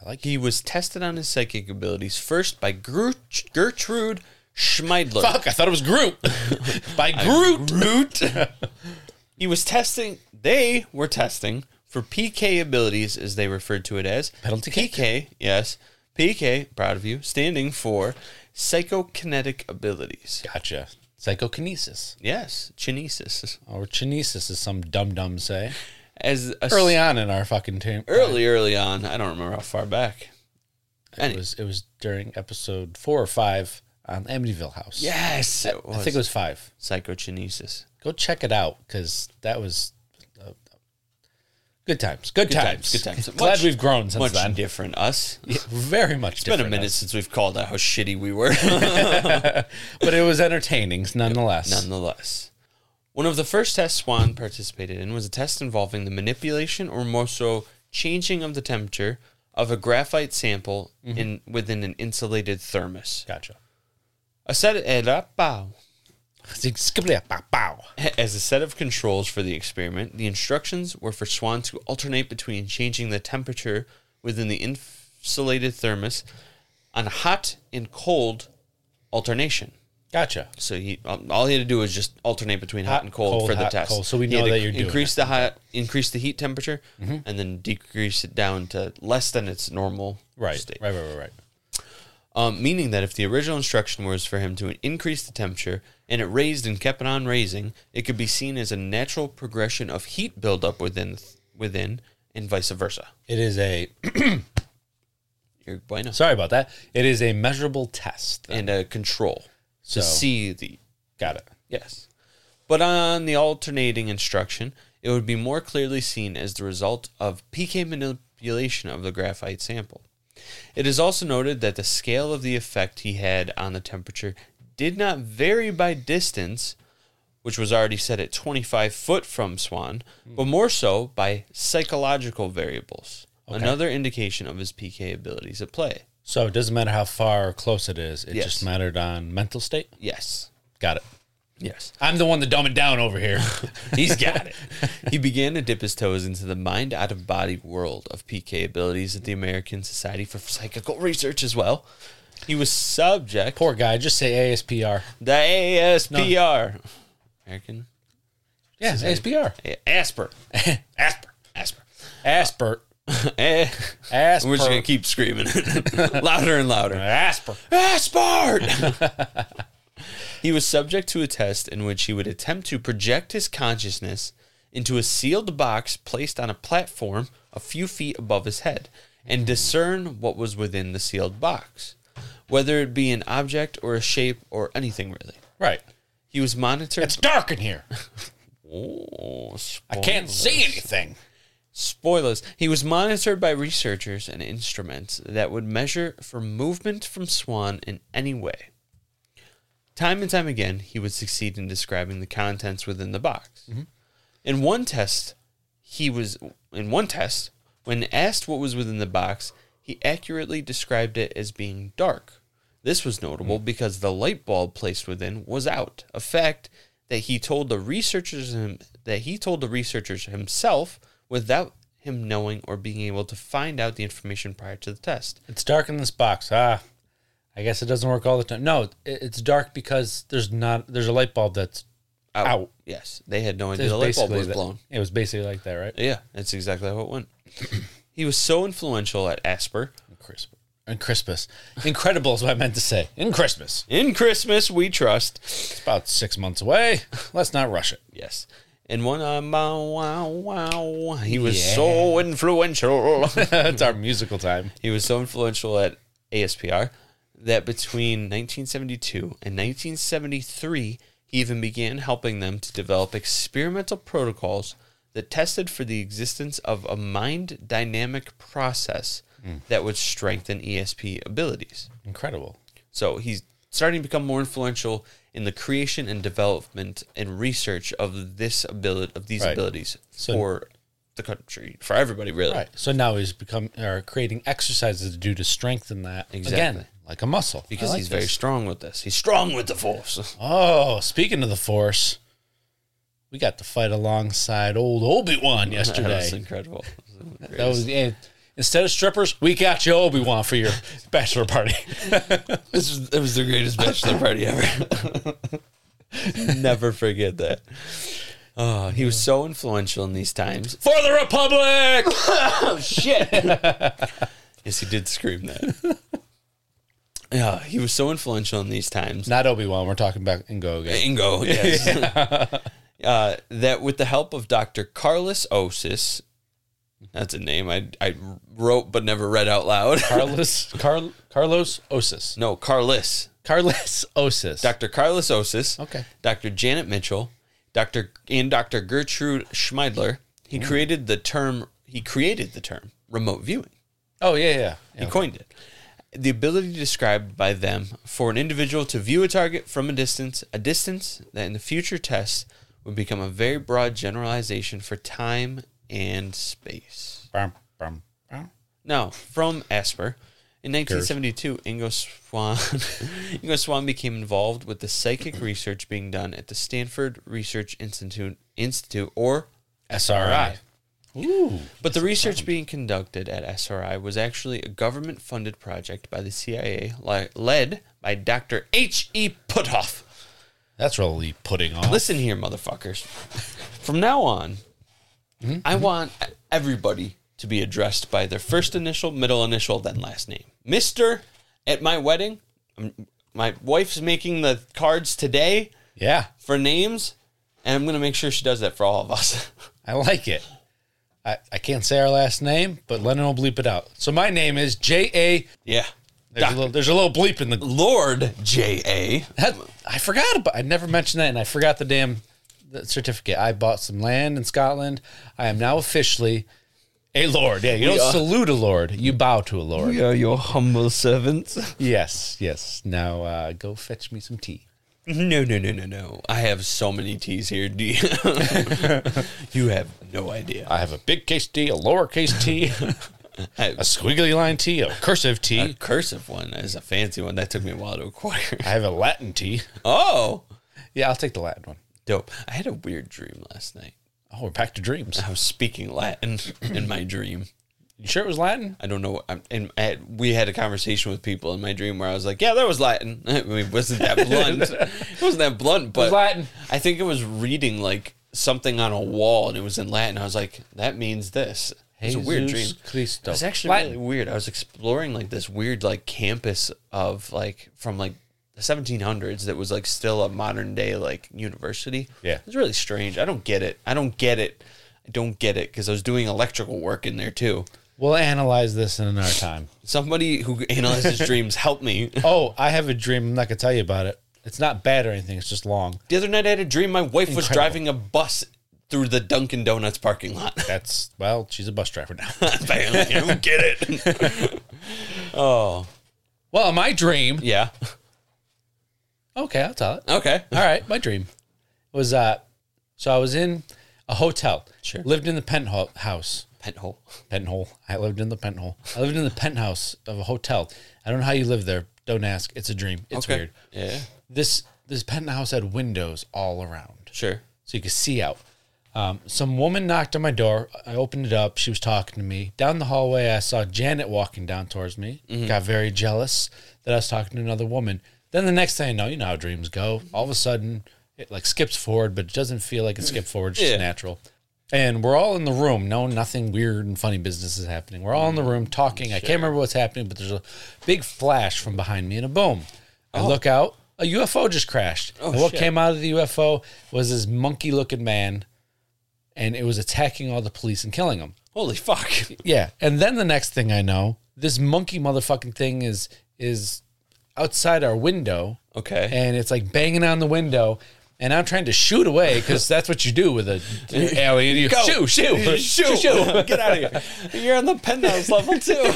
Speaker 3: I like
Speaker 1: He was tested on his psychic abilities first by Gert- Gertrude Schmeidler.
Speaker 3: Fuck, I thought it was Groot. By Groot. Groot.
Speaker 1: He was testing, they were testing for PK abilities, as they referred to it as.
Speaker 3: Penalty
Speaker 1: PK, yes. PK, proud of you, standing for psychokinetic abilities.
Speaker 3: Gotcha. Psychokinesis.
Speaker 1: Yes, chinesis.
Speaker 3: Or chinesis, as some dum dums say.
Speaker 1: As a
Speaker 3: Early on in our fucking team.
Speaker 1: early, early on, I don't remember how far back.
Speaker 3: It was, it was during episode four or five on Amityville House.
Speaker 1: Yes, it
Speaker 3: I think it was five.
Speaker 1: psychokinesis.
Speaker 3: Go check it out because that was uh, good times. Good, times.
Speaker 1: times, good times.
Speaker 3: Glad
Speaker 1: Much-
Speaker 3: we've grown since
Speaker 1: Much
Speaker 3: then.
Speaker 1: different us. It's
Speaker 3: Very much
Speaker 1: been
Speaker 3: different.
Speaker 1: a minute
Speaker 3: us.
Speaker 1: since we've called out how shitty we were.
Speaker 3: But it was entertaining nonetheless.
Speaker 1: Nonetheless, one of the first tests Swan participated in was a test involving the manipulation or more so changing of the temperature of a graphite sample in within an insulated thermos.
Speaker 3: Gotcha.
Speaker 1: A set eh, of,
Speaker 3: Bow.
Speaker 1: as a set of controls for the experiment, the instructions were for Swan to alternate between changing the temperature within the insulated thermos on hot and cold alternation.
Speaker 3: Gotcha.
Speaker 1: So he um, all he had to do was just alternate between hot,
Speaker 3: Hot,
Speaker 1: and cold,
Speaker 3: cold,
Speaker 1: for the
Speaker 3: hot,
Speaker 1: test.
Speaker 3: cold. So we
Speaker 1: He had
Speaker 3: know
Speaker 1: to
Speaker 3: that Mm-hmm. you're doing
Speaker 1: increase the hot, increase the heat temperature, and then decrease it down to less than its normal
Speaker 3: Right.
Speaker 1: state.
Speaker 3: Right, right, right, right.
Speaker 1: Um, meaning that if the original instruction was for him to increase the temperature and it raised and kept on raising, it could be seen as a natural progression of heat buildup within within and vice versa.
Speaker 3: It is a
Speaker 1: You're bueno.
Speaker 3: sorry about that. It is a measurable test. then.
Speaker 1: and a control
Speaker 3: So-
Speaker 1: to see the
Speaker 3: Got it.
Speaker 1: Yes. But on the alternating instruction, it would be more clearly seen as the result of pK manipulation of the graphite sample. It is also noted that the scale of the effect he had on the temperature did not vary by distance, which was already set at 25 foot from Swan, but more so by psychological variables, another indication of his pK abilities at play.
Speaker 3: So it doesn't matter how far or close it is. It
Speaker 1: Yes.
Speaker 3: just mattered on mental state.
Speaker 1: Yes.
Speaker 3: Got it.
Speaker 1: Yes.
Speaker 3: I'm the one to dumb it down over here.
Speaker 1: He's got it. he began to dip his toes into the mind out of body world of PK abilities at the American Society for Psychical Research as well. He was subject
Speaker 3: Poor guy. Just say ASPR.
Speaker 1: the ASPR. American
Speaker 3: Yeah, ASPR.
Speaker 1: A- Asper.
Speaker 3: Asper.
Speaker 1: Asper.
Speaker 3: Asper.
Speaker 1: Eh.
Speaker 3: Asper.
Speaker 1: We're just gonna keep screaming louder and louder.
Speaker 3: Asper.
Speaker 1: Aspard! he was subject to a test in which he would attempt to project his consciousness into a sealed box placed on a platform a few feet above his head and discern what was within the sealed box, whether it be an object or a shape or anything really.
Speaker 3: Right.
Speaker 1: He was monitored.
Speaker 3: It's dark in here.
Speaker 1: Oh,
Speaker 3: I can't
Speaker 1: spoilers.
Speaker 3: see anything.
Speaker 1: Spoilers. He was monitored by researchers and instruments that would measure for movement from Swan in any way. Time and time again, he would succeed in describing the contents within the box. In one test, he was in one test when asked what was within the box, he accurately described it as being dark. This was notable
Speaker 3: Hmm.
Speaker 1: because the light bulb placed within was out, a fact that he told the researchers him, that he told the researchers himself without him knowing or being able to find out the information prior to the test.
Speaker 3: It's dark in this box. Ah, I guess it doesn't work all the time. No, it, it's dark because there's not there's a light bulb that's out.
Speaker 1: Yes, they had no idea
Speaker 3: It's
Speaker 1: the light bulb
Speaker 3: basically
Speaker 1: was
Speaker 3: that-
Speaker 1: blown.
Speaker 3: It was basically like that, right?
Speaker 1: Yeah, that's exactly how it went. he was so influential at Asper.
Speaker 3: Crisp. And Christmas. Incredible is what I meant to say. In Christmas.
Speaker 1: In Christmas, we trust.
Speaker 3: It's about six months away. Let's not rush it.
Speaker 1: Yes. And one, um, wow, wow, wow. He was so influential.
Speaker 3: it's our musical time.
Speaker 1: he was so influential at ASPR that between 1972 and 1973, he even began helping them to develop experimental protocols that tested for the existence of a mind dynamic process that would strengthen ESP abilities.
Speaker 3: Incredible.
Speaker 1: So he's starting to become more influential in the creation and development and research of this ability of these
Speaker 3: Right.
Speaker 1: abilities
Speaker 3: So-
Speaker 1: for the country for everybody really.
Speaker 3: Right. So now he's become or creating exercises to do to strengthen that again,
Speaker 1: Exactly.
Speaker 3: like a muscle. I
Speaker 1: Because
Speaker 3: like
Speaker 1: he's very
Speaker 3: this.
Speaker 1: strong with this. He's strong with the force.
Speaker 3: Oh, speaking of the force, we got to fight alongside old Obi Wan
Speaker 1: That was
Speaker 3: yesterday.
Speaker 1: incredible. That was
Speaker 3: That was yeah. Instead of strippers, we got you Obi Wan for your bachelor party.
Speaker 1: This was, it was the greatest bachelor party ever. Never forget that. Oh, he was so influential in these times.
Speaker 3: for the Republic.
Speaker 1: Oh, shit. yes, he did scream that. Yeah, he was so influential in these times.
Speaker 3: Not Obi Wan. We're talking about Ingo again.
Speaker 1: Ingo, yes. uh, that with the help of Dr. Carlos Osis, that's a name I, I wrote but never read out loud.
Speaker 3: Carlos Carl, Carlos Osis.
Speaker 1: no, Carlos.
Speaker 3: Carlos Osis.
Speaker 1: Dr. Carlos Osis.
Speaker 3: Okay.
Speaker 1: Dr. Janet Mitchell, Dr. and Dr. Gertrude Schmeidler.
Speaker 3: Oh.
Speaker 1: He created the term. He created the term remote viewing.
Speaker 3: Oh yeah, yeah.
Speaker 1: He
Speaker 3: yeah.
Speaker 1: coined it. The ability described by them for an individual to view a target from a distance, a distance that in the future tests would become a very broad generalization for time and space.
Speaker 3: Brum, brum, brum.
Speaker 1: Now, from Asper, in 1972, Ingo Swan, Ingo Swan became involved with the psychic research being done at the Stanford Research Institute, Institute or SRI.
Speaker 3: Ooh.
Speaker 1: But the research being conducted at SRI was actually a government funded project by the CIA, li- led by Dr. H.E. Puthoff.
Speaker 3: That's really putting on.
Speaker 1: Listen here, motherfuckers. From now on, I want everybody to be addressed by their first initial, middle initial, then last name. Mr. At my wedding, um, my wife's making the cards today
Speaker 3: Yeah,
Speaker 1: for names, and I'm going to make sure she does that for all of us.
Speaker 3: I like it. I, I can't say our last name, but Lennon will bleep it out. So my name is J A.
Speaker 1: yeah.
Speaker 3: There's, a
Speaker 1: Doc-
Speaker 3: little- there's a little bleep in the.
Speaker 1: Lord J.A.
Speaker 3: That, I forgot about. I never mentioned that, and I forgot the damn the certificate. I bought some land in Scotland. I am now officially a lord. Yeah, you don't
Speaker 1: are-
Speaker 3: salute a lord. You bow to a lord.
Speaker 1: We are your humble servants.
Speaker 3: Yes, yes. Now uh, go fetch me some tea.
Speaker 1: No, no, no, no, no. I have so many T's here. Do you? you have no idea.
Speaker 3: I have a big case T, a lowercase T,
Speaker 1: I
Speaker 3: a
Speaker 1: have
Speaker 3: squiggly line T, a cursive
Speaker 1: a
Speaker 3: T.
Speaker 1: cursive one is a fancy one that took me a while to acquire.
Speaker 3: I have a Latin T.
Speaker 1: Oh,
Speaker 3: Yeah, I'll take the Latin one.
Speaker 1: dope. I had a weird dream last night.
Speaker 3: Oh, we're back to dreams.
Speaker 1: I was speaking Latin in my dream.
Speaker 3: You sure it was Latin?
Speaker 1: I don't know. what- I'm, and I had, we had a conversation with people in my dream where I was like, "Yeah, that was Latin." I mean, it wasn't that blunt? it wasn't that blunt, but
Speaker 3: Latin.
Speaker 1: I think it was reading like something on a wall, and it was in Latin. I was like, "That means this." It's a weird dream.
Speaker 3: Jesus Christo.
Speaker 1: It was actually
Speaker 3: Latin.
Speaker 1: really weird. I was exploring like this weird like campus of like from like the 1700s that was like still a modern day like university.
Speaker 3: Yeah.
Speaker 1: it's really strange. I don't get it. I don't get it. I don't get it because I was doing electrical work in there too.
Speaker 3: We'll analyze this in another time.
Speaker 1: Somebody who analyzes dreams, help me.
Speaker 3: Oh, I have a dream. I'm not going to tell you about it. It's not bad or anything. It's just long.
Speaker 1: The other night I had a dream my wife was
Speaker 3: Incredible.
Speaker 1: driving a bus through the Dunkin' Donuts parking lot.
Speaker 3: That's, well, she's a bus driver now.
Speaker 1: Apparently, I don't get it.
Speaker 3: well, my dream.
Speaker 1: Yeah.
Speaker 3: Okay, I'll tell it.
Speaker 1: Okay.
Speaker 3: All right, my dream was uh so I was in a hotel.
Speaker 1: Sure.
Speaker 3: Lived in the penthouse.
Speaker 1: Penthole.
Speaker 3: Penthole. I lived in the penthole. I lived in the penthouse of a hotel. I don't know how you live there. Don't ask. It's a dream. It's
Speaker 1: Okay.
Speaker 3: weird.
Speaker 1: Yeah.
Speaker 3: This this penthouse had windows all around,
Speaker 1: Sure.
Speaker 3: so you could see out. Um, some woman knocked on my door. I opened it up. She was talking to me. Down the hallway, I saw Janet walking down towards me.
Speaker 1: Mm-hmm.
Speaker 3: Got very jealous that I was talking to another woman. Then the next thing I know, you know how dreams go. All of a sudden, it like skips forward, but it doesn't feel like it skipped forward. It's just
Speaker 1: Mm. Yeah.
Speaker 3: natural. And we're all in the room. No, nothing weird and funny business is happening. We're all in the room talking. I can't remember what's happening, but there's a big flash from behind me and a boom. I look out. A UFO just crashed. and what
Speaker 1: Oh. shit.
Speaker 3: came out of the UFO was this monkey looking man and it was attacking all the police and killing them.
Speaker 1: Holy fuck.
Speaker 3: Yeah, and then the next thing I know, this monkey motherfucking thing is is outside our window,
Speaker 1: Okay.
Speaker 3: and it's like banging on the window, and I'm trying to shoot away because that's what you do with a an alien. You
Speaker 1: Go.
Speaker 3: shoot, shoot,
Speaker 1: Shoot. Get out of here. You're on the penthouse level too.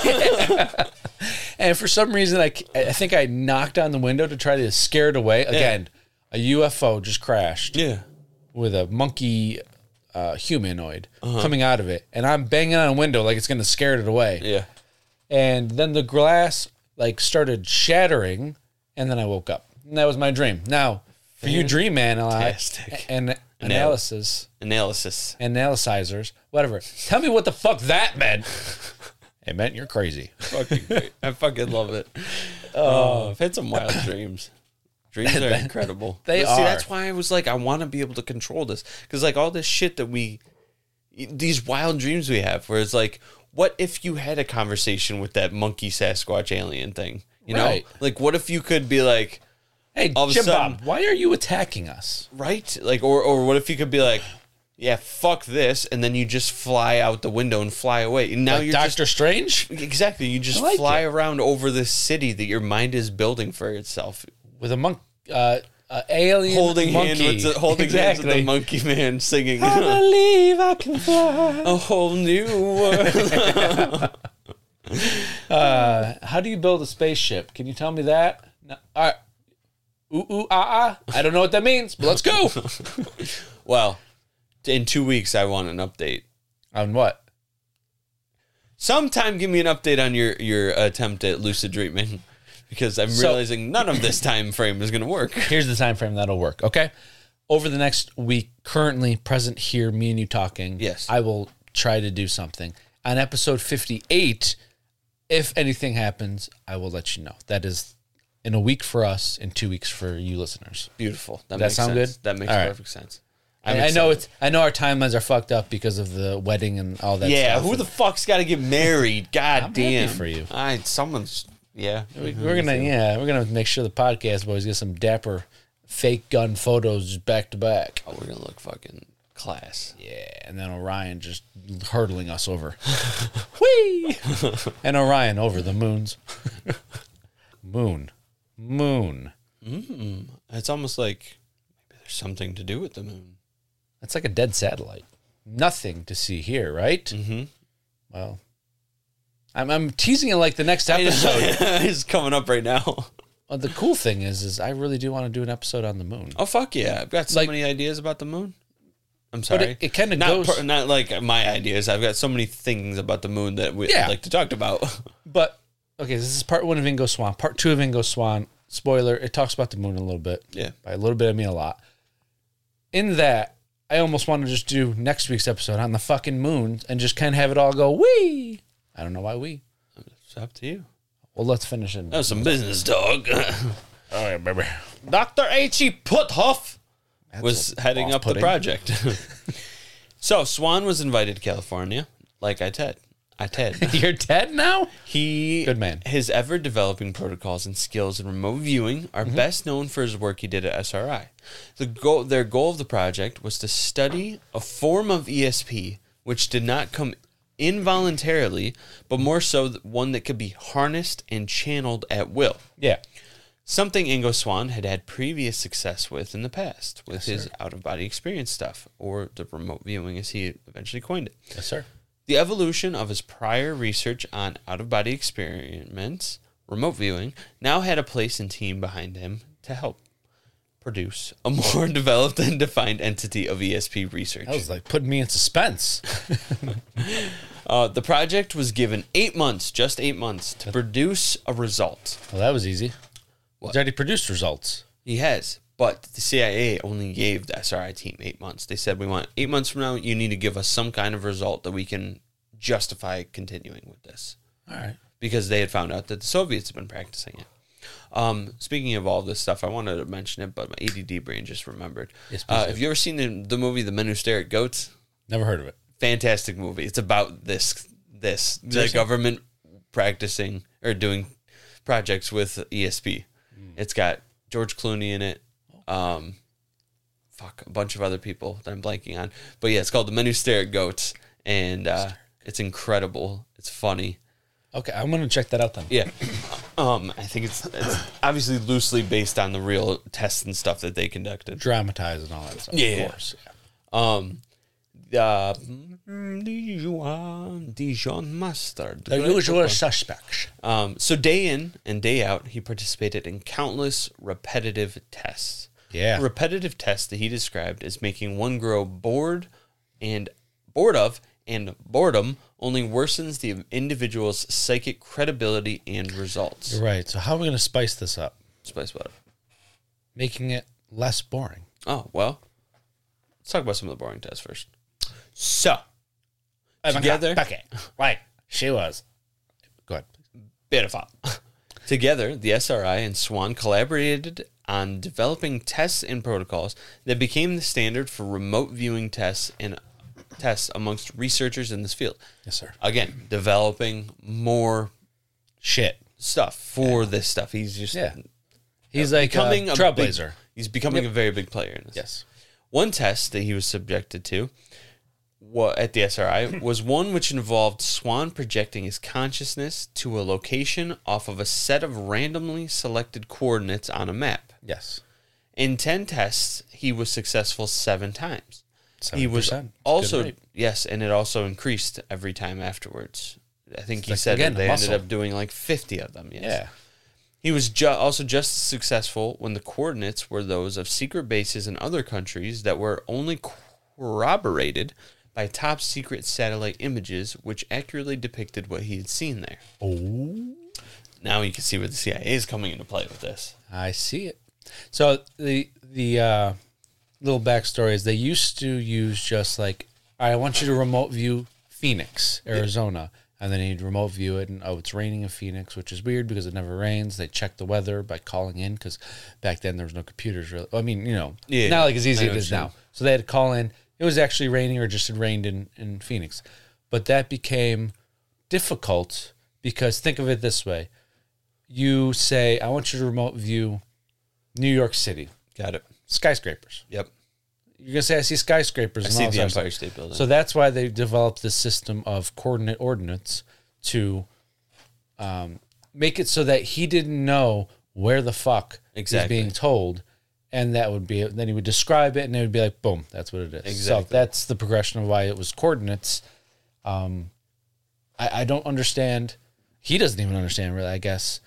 Speaker 3: And for some reason, I, c- I think I knocked on the window to try to scare it away. Again, a UFO just crashed
Speaker 1: yeah.
Speaker 3: with a monkey. Uh, humanoid
Speaker 1: Uh-huh.
Speaker 3: coming out of it, and I'm banging on a window like it's gonna scare it away.
Speaker 1: Yeah.
Speaker 3: and then the glass like started shattering and then i woke up and that was my dream now for you dream analysts
Speaker 1: Fantastic.
Speaker 3: and analysis
Speaker 1: Analysis.
Speaker 3: analyzers whatever tell me what the fuck that meant it meant you're crazy
Speaker 1: Fucking great. I fucking love it. Oh, I've had some wild dreams. Dreams are incredible.
Speaker 3: They
Speaker 1: But See, that's
Speaker 3: are.
Speaker 1: why I was like, I want to be able to control this because, like, all this shit that we, these wild dreams we have, where it's like, what if you had a conversation with that monkey Sasquatch alien thing? You
Speaker 3: Right.
Speaker 1: know, like what if you could be like,
Speaker 3: Hey,
Speaker 1: All of a
Speaker 3: Jim
Speaker 1: sudden-
Speaker 3: Bob, why are you attacking us?
Speaker 1: right? Like, or or what if you could be like, yeah, fuck this, and then you just fly out the window and fly away. And now
Speaker 3: Like
Speaker 1: you're just
Speaker 3: Doctor Strange
Speaker 1: exactly you just
Speaker 3: I like
Speaker 1: fly
Speaker 3: it.
Speaker 1: around over this city that your mind is building for itself,
Speaker 3: with a monk, uh, uh, alien
Speaker 1: holding hands,
Speaker 3: monkey.
Speaker 1: with the, holding hands with the
Speaker 3: Exactly.
Speaker 1: monkey man singing
Speaker 3: I
Speaker 1: a
Speaker 3: believe I can fly.
Speaker 1: whole new world.
Speaker 3: How do you build a spaceship? Can you tell me that? No. All right. Ooh, ooh, ah, ah. I don't know what that means, but let's go.
Speaker 1: well, in two weeks, I want an update.
Speaker 3: On what?
Speaker 1: sometime give me an update on your your attempt at lucid dreaming because i'm
Speaker 3: So-
Speaker 1: realizing none of this time frame is going to work
Speaker 3: Here's the time frame that'll work. Okay. Over the next week, currently present here, me and you talking.
Speaker 1: Yes.
Speaker 3: I will try to do something on episode 58. If anything happens, I will let you know. That is in a week for us, in two weeks for you listeners.
Speaker 1: beautiful that,
Speaker 3: That
Speaker 1: makes
Speaker 3: sound
Speaker 1: sense.
Speaker 3: good?
Speaker 1: that makes
Speaker 3: All right.
Speaker 1: perfect sense I'm
Speaker 3: I, I
Speaker 1: excited.
Speaker 3: know it's. I know our timelines are fucked up because of the wedding and all that.
Speaker 1: yeah
Speaker 3: stuff.
Speaker 1: who the fuck's got to get married god
Speaker 3: happy
Speaker 1: damn
Speaker 3: for you.
Speaker 1: i someone's yeah
Speaker 3: We- We're gonna, yeah, we're gonna make sure the podcast boys get some dapper fake gun photos back to back.
Speaker 1: oh, we're gonna look fucking class
Speaker 3: Yeah, and then Orion just hurtling us over. Whee! and Orion over the moons. moon, moon.
Speaker 1: it's almost like maybe there's something to do with the moon
Speaker 3: That's like a dead satellite. Nothing to see here, right? Mm-hmm. Well, I'm, I'm teasing it like the next episode.
Speaker 1: it's coming up right now
Speaker 3: Uh, the cool thing is, is I really do want to do an episode on the moon.
Speaker 1: oh fuck yeah i've got so
Speaker 3: Like-
Speaker 1: many ideas about the moon i'm sorry
Speaker 3: But it, it kind of
Speaker 1: not
Speaker 3: goes.
Speaker 1: per, not like my ideas. I've got so many things about the moon that we
Speaker 3: Yeah.
Speaker 1: would like to talk about.
Speaker 3: But okay, this is part one of Ingo Swan. Part two of Ingo Swan. Spoiler: It talks about the moon a little bit.
Speaker 1: Yeah.
Speaker 3: by a little bit, I mean a lot. In that, I almost want to just do next week's episode on the fucking moon and just kind of have it all go wee. I don't know why we.
Speaker 1: It's up to you.
Speaker 3: Well, let's finish it.
Speaker 1: That was some business, dog.
Speaker 3: All right, baby.
Speaker 1: Doctor H. E. Puthoff was
Speaker 3: a-
Speaker 1: heading up the
Speaker 3: off-putting.
Speaker 1: project. so Swan was invited to California, like I Ted. I Ted.
Speaker 3: You're dead now.
Speaker 1: He
Speaker 3: Good man.
Speaker 1: His ever developing protocols and skills in remote viewing are
Speaker 3: Mm-hmm.
Speaker 1: best known for his work he did at SRI. The goal, their goal of the project was to study a form of ESP which did not come involuntarily, but more so th- one that could be harnessed and channeled at will.
Speaker 3: Yeah.
Speaker 1: Something Ingo Swan had had previous success with in the past with his out of body experience stuff, or the remote viewing as he eventually coined it.
Speaker 3: Yes, sir.
Speaker 1: The evolution of his prior research on out of body experiments, remote viewing, now had a place and team behind him to help produce a more developed and defined entity of ESP research.
Speaker 3: That was like putting me in suspense.
Speaker 1: Uh, the project was given eight months, just eight months, to produce a result.
Speaker 3: well, that was easy. He's already produced results.
Speaker 1: He has, but the CIA only gave the SRI team eight months. They said, we want eight months from now, you need to give us some kind of result that we can justify continuing with this.
Speaker 3: All right.
Speaker 1: because they had found out that the Soviets had been practicing it. Um, speaking of all this stuff, I wanted to mention it, but my ADD brain just remembered.
Speaker 3: Yes, please
Speaker 1: uh,
Speaker 3: do.
Speaker 1: have you ever seen the, the movie "The Men Who Stare at Goats"?
Speaker 3: Never heard of it.
Speaker 1: Fantastic movie. It's about this this the government practicing or doing projects with ESP.
Speaker 3: Hmm.
Speaker 1: It's got George Clooney in it. Um, fuck, a bunch of other people that I'm blanking on. But yeah, it's called "The Men Who Stare at Goats," and uh, it's incredible. It's funny.
Speaker 3: Okay, I'm gonna check that out then.
Speaker 1: Yeah. Um, I think it's, it's obviously loosely based on the real tests and stuff that they conducted.
Speaker 3: Dramatize and all that stuff.
Speaker 1: Yeah.
Speaker 3: Of course.
Speaker 1: Um, uh, mm, Dijon, Dijon mustard.
Speaker 3: The usual suspects.
Speaker 1: Um, so day in and day out, he participated in countless repetitive tests.
Speaker 3: Yeah.
Speaker 1: A repetitive test that he described as making one grow bored and bored of and boredom only worsens the individual's psychic credibility and results.
Speaker 3: Right. So how are we going to spice this up?
Speaker 1: Spice water.
Speaker 3: Making it less boring.
Speaker 1: Oh, well, let's talk about some of the boring tests first. So,
Speaker 3: Oh
Speaker 1: Together.
Speaker 3: Okay. Right. She was. Go ahead.
Speaker 1: bit of fun. Together, the SRI and Swan collaborated on developing tests and protocols that became the standard for remote viewing tests and tests amongst researchers in this field.
Speaker 3: Yes, sir.
Speaker 1: Again, developing more
Speaker 3: Shit.
Speaker 1: stuff for this stuff. He's just
Speaker 3: Yeah. He's like
Speaker 1: becoming
Speaker 3: Uh, a
Speaker 1: a
Speaker 3: trailblazer.
Speaker 1: big- he's becoming a very big player in this.
Speaker 3: yes.
Speaker 1: One test that he was subjected to wa- at the SRI was one which involved Swan projecting his consciousness to a location off of a set of randomly selected coordinates on a map.
Speaker 3: Yes.
Speaker 1: In 10 tests, he was successful seven times. He
Speaker 3: 7%.
Speaker 1: was
Speaker 3: It's a good
Speaker 1: also,
Speaker 3: rate.
Speaker 1: yes, and it also increased every time afterwards. I think he
Speaker 3: like,
Speaker 1: said
Speaker 3: again,
Speaker 1: they
Speaker 3: muscle.
Speaker 1: ended up doing like 50 of them. Yes.
Speaker 3: Yeah.
Speaker 1: He was ju- also just as successful when the coordinates were those of secret bases in other countries that were only corroborated by top secret satellite images, which accurately depicted what he had seen there. Oh. Now you can see where the CIA is coming into play with this.
Speaker 3: I see it. So the the uh, little backstory is they used to use just like "All right, I want you to remote view Phoenix, Arizona, and then you'd remote view it, and oh, it's raining in Phoenix, which is weird because it never rains. They check the weather by calling in because back then there was no computers really. I mean, you know,
Speaker 1: Yeah,
Speaker 3: not like as
Speaker 1: I
Speaker 3: easy
Speaker 1: know
Speaker 3: as it
Speaker 1: what
Speaker 3: is
Speaker 1: you mean.
Speaker 3: now. So they had to call in. It was actually raining, or just had rained in in Phoenix, but that became difficult because think of it this way you say, I want you to remote view New York City
Speaker 1: Got it.
Speaker 3: skyscrapers.
Speaker 1: Yep.
Speaker 3: You're gonna say, I see
Speaker 1: I
Speaker 3: skyscrapers. and
Speaker 1: see
Speaker 3: all
Speaker 1: the
Speaker 3: this other
Speaker 1: Empire
Speaker 3: stuff."
Speaker 1: State Building.
Speaker 3: So that's why they developed this system of coordinate ordinates to um, make it so that he didn't know where the fuck
Speaker 1: Exactly.
Speaker 3: he's being told, and that would be it. Then he would describe it, and it would be like, boom, that's what it is.
Speaker 1: Exactly.
Speaker 3: So that's the progression of why it was coordinates. Um, I, I don't understand. He doesn't even understand really, I guess,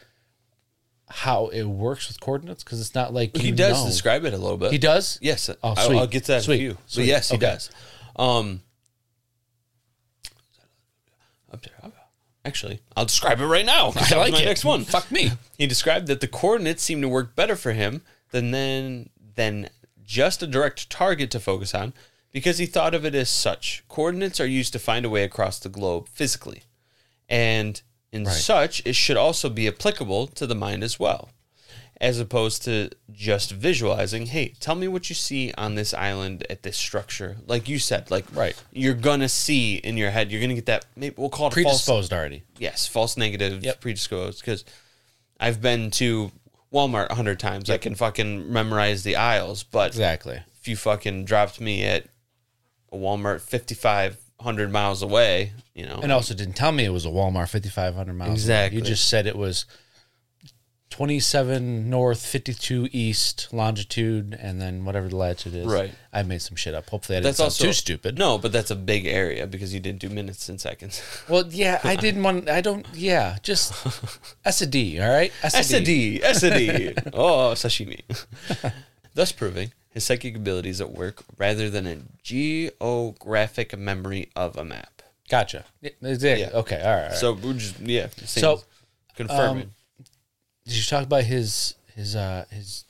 Speaker 3: how it works with coordinates because it's not like
Speaker 1: he
Speaker 3: you
Speaker 1: does
Speaker 3: know.
Speaker 1: describe it a little bit.
Speaker 3: He does.
Speaker 1: Yes,
Speaker 3: Oh,
Speaker 1: I'll,
Speaker 3: sweet.
Speaker 1: I'll get to that
Speaker 3: Sweet.
Speaker 1: in a few.
Speaker 3: Sweet.
Speaker 1: But yes, he
Speaker 3: Okay.
Speaker 1: does. Um, up there. Actually, I'll describe it right now. I
Speaker 3: like
Speaker 1: my
Speaker 3: it.
Speaker 1: Next one.
Speaker 3: Fuck me.
Speaker 1: He described that the coordinates seemed to work better for him than then than just a direct target to focus on, because he thought of it as such. Coordinates are used to find a way across the globe physically, and in such it should also be applicable to the mind as well as opposed to just visualizing, hey, tell me what you see on this island at this structure. Like you said, like
Speaker 3: Right.
Speaker 1: you're gonna see in your head, you're gonna get that maybe we'll call it false
Speaker 3: Predisposed already.
Speaker 1: yes, false negatives,
Speaker 3: Yep.
Speaker 1: predisposed because I've been to Walmart a hundred times. I can fucking memorize the aisles, but
Speaker 3: Exactly.
Speaker 1: if you fucking dropped me at a Walmart fifty five hundred miles away, you know
Speaker 3: And also didn't tell me it was a Walmart 5,500 miles. away.
Speaker 1: Exactly.
Speaker 3: You just said it was 27 north, 52 east longitude, and then whatever the latitude is.
Speaker 1: Right.
Speaker 3: I made some shit up. Hopefully, I didn't
Speaker 1: that's
Speaker 3: sound
Speaker 1: also
Speaker 3: too stupid.
Speaker 1: No, but that's a big area because you didn't do minutes and seconds.
Speaker 3: Well, yeah, I didn't want. I don't. Yeah, just S a D. All right. S a D.
Speaker 1: SAD, SAD. oh, sashimi. Thus proving his psychic abilities at work rather than a geographic memory of a map.
Speaker 3: Gotcha. Yeah, exactly.
Speaker 1: Yeah.
Speaker 3: Okay. All right. all right.
Speaker 1: So we're just yeah. same.
Speaker 3: So,
Speaker 1: confirm
Speaker 3: um,
Speaker 1: it.
Speaker 3: did you talk about his his uh his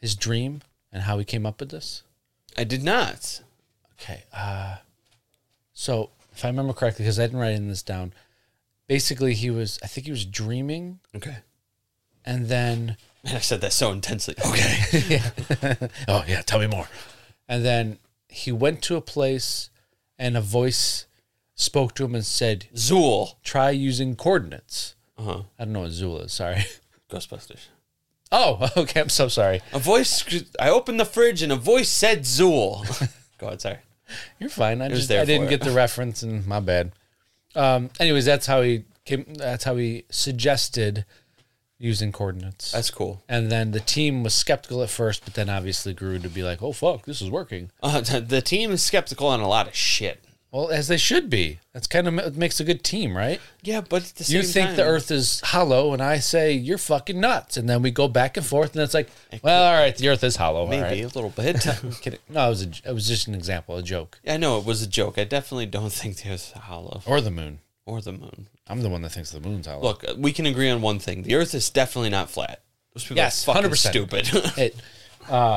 Speaker 3: his dream and how he came up with this?
Speaker 1: I did not.
Speaker 3: Okay. Uh, so, if I remember correctly, because I didn't write in this down, basically he was, I think he was dreaming,
Speaker 1: Okay.
Speaker 3: and then,
Speaker 1: Man, I said that so intensely. Okay.
Speaker 3: oh yeah, tell me more. And then he went to a place, and a voice spoke to him and said,
Speaker 1: Zool.
Speaker 3: "Try using coordinates."
Speaker 1: Uh huh.
Speaker 3: I don't know what Zula is. Sorry.
Speaker 1: Ghostbusters.
Speaker 3: Oh, okay. I'm so sorry.
Speaker 1: A voice. sc- I opened the fridge and a voice said Zool. Go on, sorry.
Speaker 3: You're fine. I
Speaker 1: was
Speaker 3: just
Speaker 1: there
Speaker 3: I didn't
Speaker 1: for
Speaker 3: get
Speaker 1: it.
Speaker 3: the reference, and my bad. Um. Anyways, that's how he came. That's how he suggested using coordinates.
Speaker 1: That's cool.
Speaker 3: And then the team was skeptical at first, but then obviously grew to be like, "Oh fuck, this is working."
Speaker 1: Uh, the, the team is skeptical on a lot of shit.
Speaker 3: Well, as they should be. That's kind of what makes a good team, right?
Speaker 1: Yeah, but at the
Speaker 3: you
Speaker 1: same
Speaker 3: think the
Speaker 1: time-
Speaker 3: Earth is hollow, and I say you're fucking nuts, and then we go back and forth, and it's like, well, all right, the Earth is hollow.
Speaker 1: maybe
Speaker 3: All right.
Speaker 1: a little bit.
Speaker 3: Kidding. No, it was a, it was just an example, a joke,
Speaker 1: I know it was a joke. I definitely don't think there's a hollow
Speaker 3: or the moon.
Speaker 1: or the moon.
Speaker 3: I'm the one that thinks the moon's hollow.
Speaker 1: Look, uh, we can agree on one thing: the Earth is definitely not flat. Those people
Speaker 3: Yes,
Speaker 1: are fucking
Speaker 3: 100%.
Speaker 1: stupid.
Speaker 3: it, uh,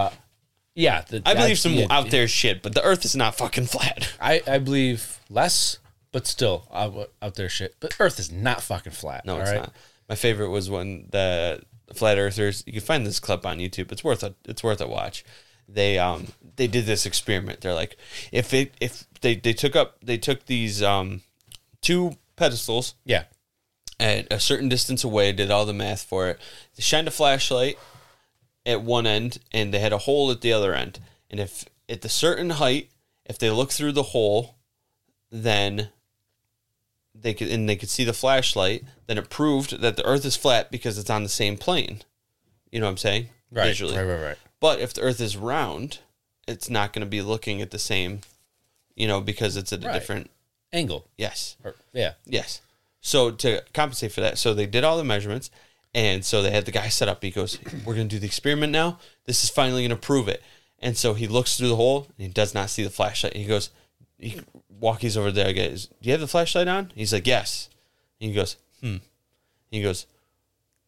Speaker 3: yeah, the,
Speaker 1: I believe some
Speaker 3: yeah,
Speaker 1: out there shit, but the Earth is not fucking flat.
Speaker 3: I, I believe less, but still out, out there shit. But Earth is not fucking flat.
Speaker 1: No,
Speaker 3: all
Speaker 1: it's
Speaker 3: right?
Speaker 1: not. My favorite was when the flat earthers. You can find this clip on YouTube. It's worth a it's worth a watch. They um they did this experiment. They're like if it if they they took up they took these um two pedestals
Speaker 3: Yeah.
Speaker 1: at a certain distance away, did all the math for it. They shined a flashlight at one end and they had a hole at the other end. And if at the certain height, if they look through the hole, then they could and they could see the flashlight, then it proved that the earth is flat because it's on the same plane. You know what I'm saying?
Speaker 3: Right.
Speaker 1: Visually.
Speaker 3: Right. Right. Right.
Speaker 1: But if the Earth is round, it's not going to be looking at the same, you know, because it's at a
Speaker 3: Right.
Speaker 1: different.
Speaker 3: Angle.
Speaker 1: Yes,
Speaker 3: Or, yeah.
Speaker 1: yes. So to compensate for that, so they did all the measurements, and so they had the guy set up. He goes, "We're going to do the experiment now. This is finally going to prove it." And so he looks through the hole and he does not see the flashlight. He goes, he walkies over there. Goes, "Do you have the flashlight on?" He's like, "Yes." And he goes, "Hmm." He goes,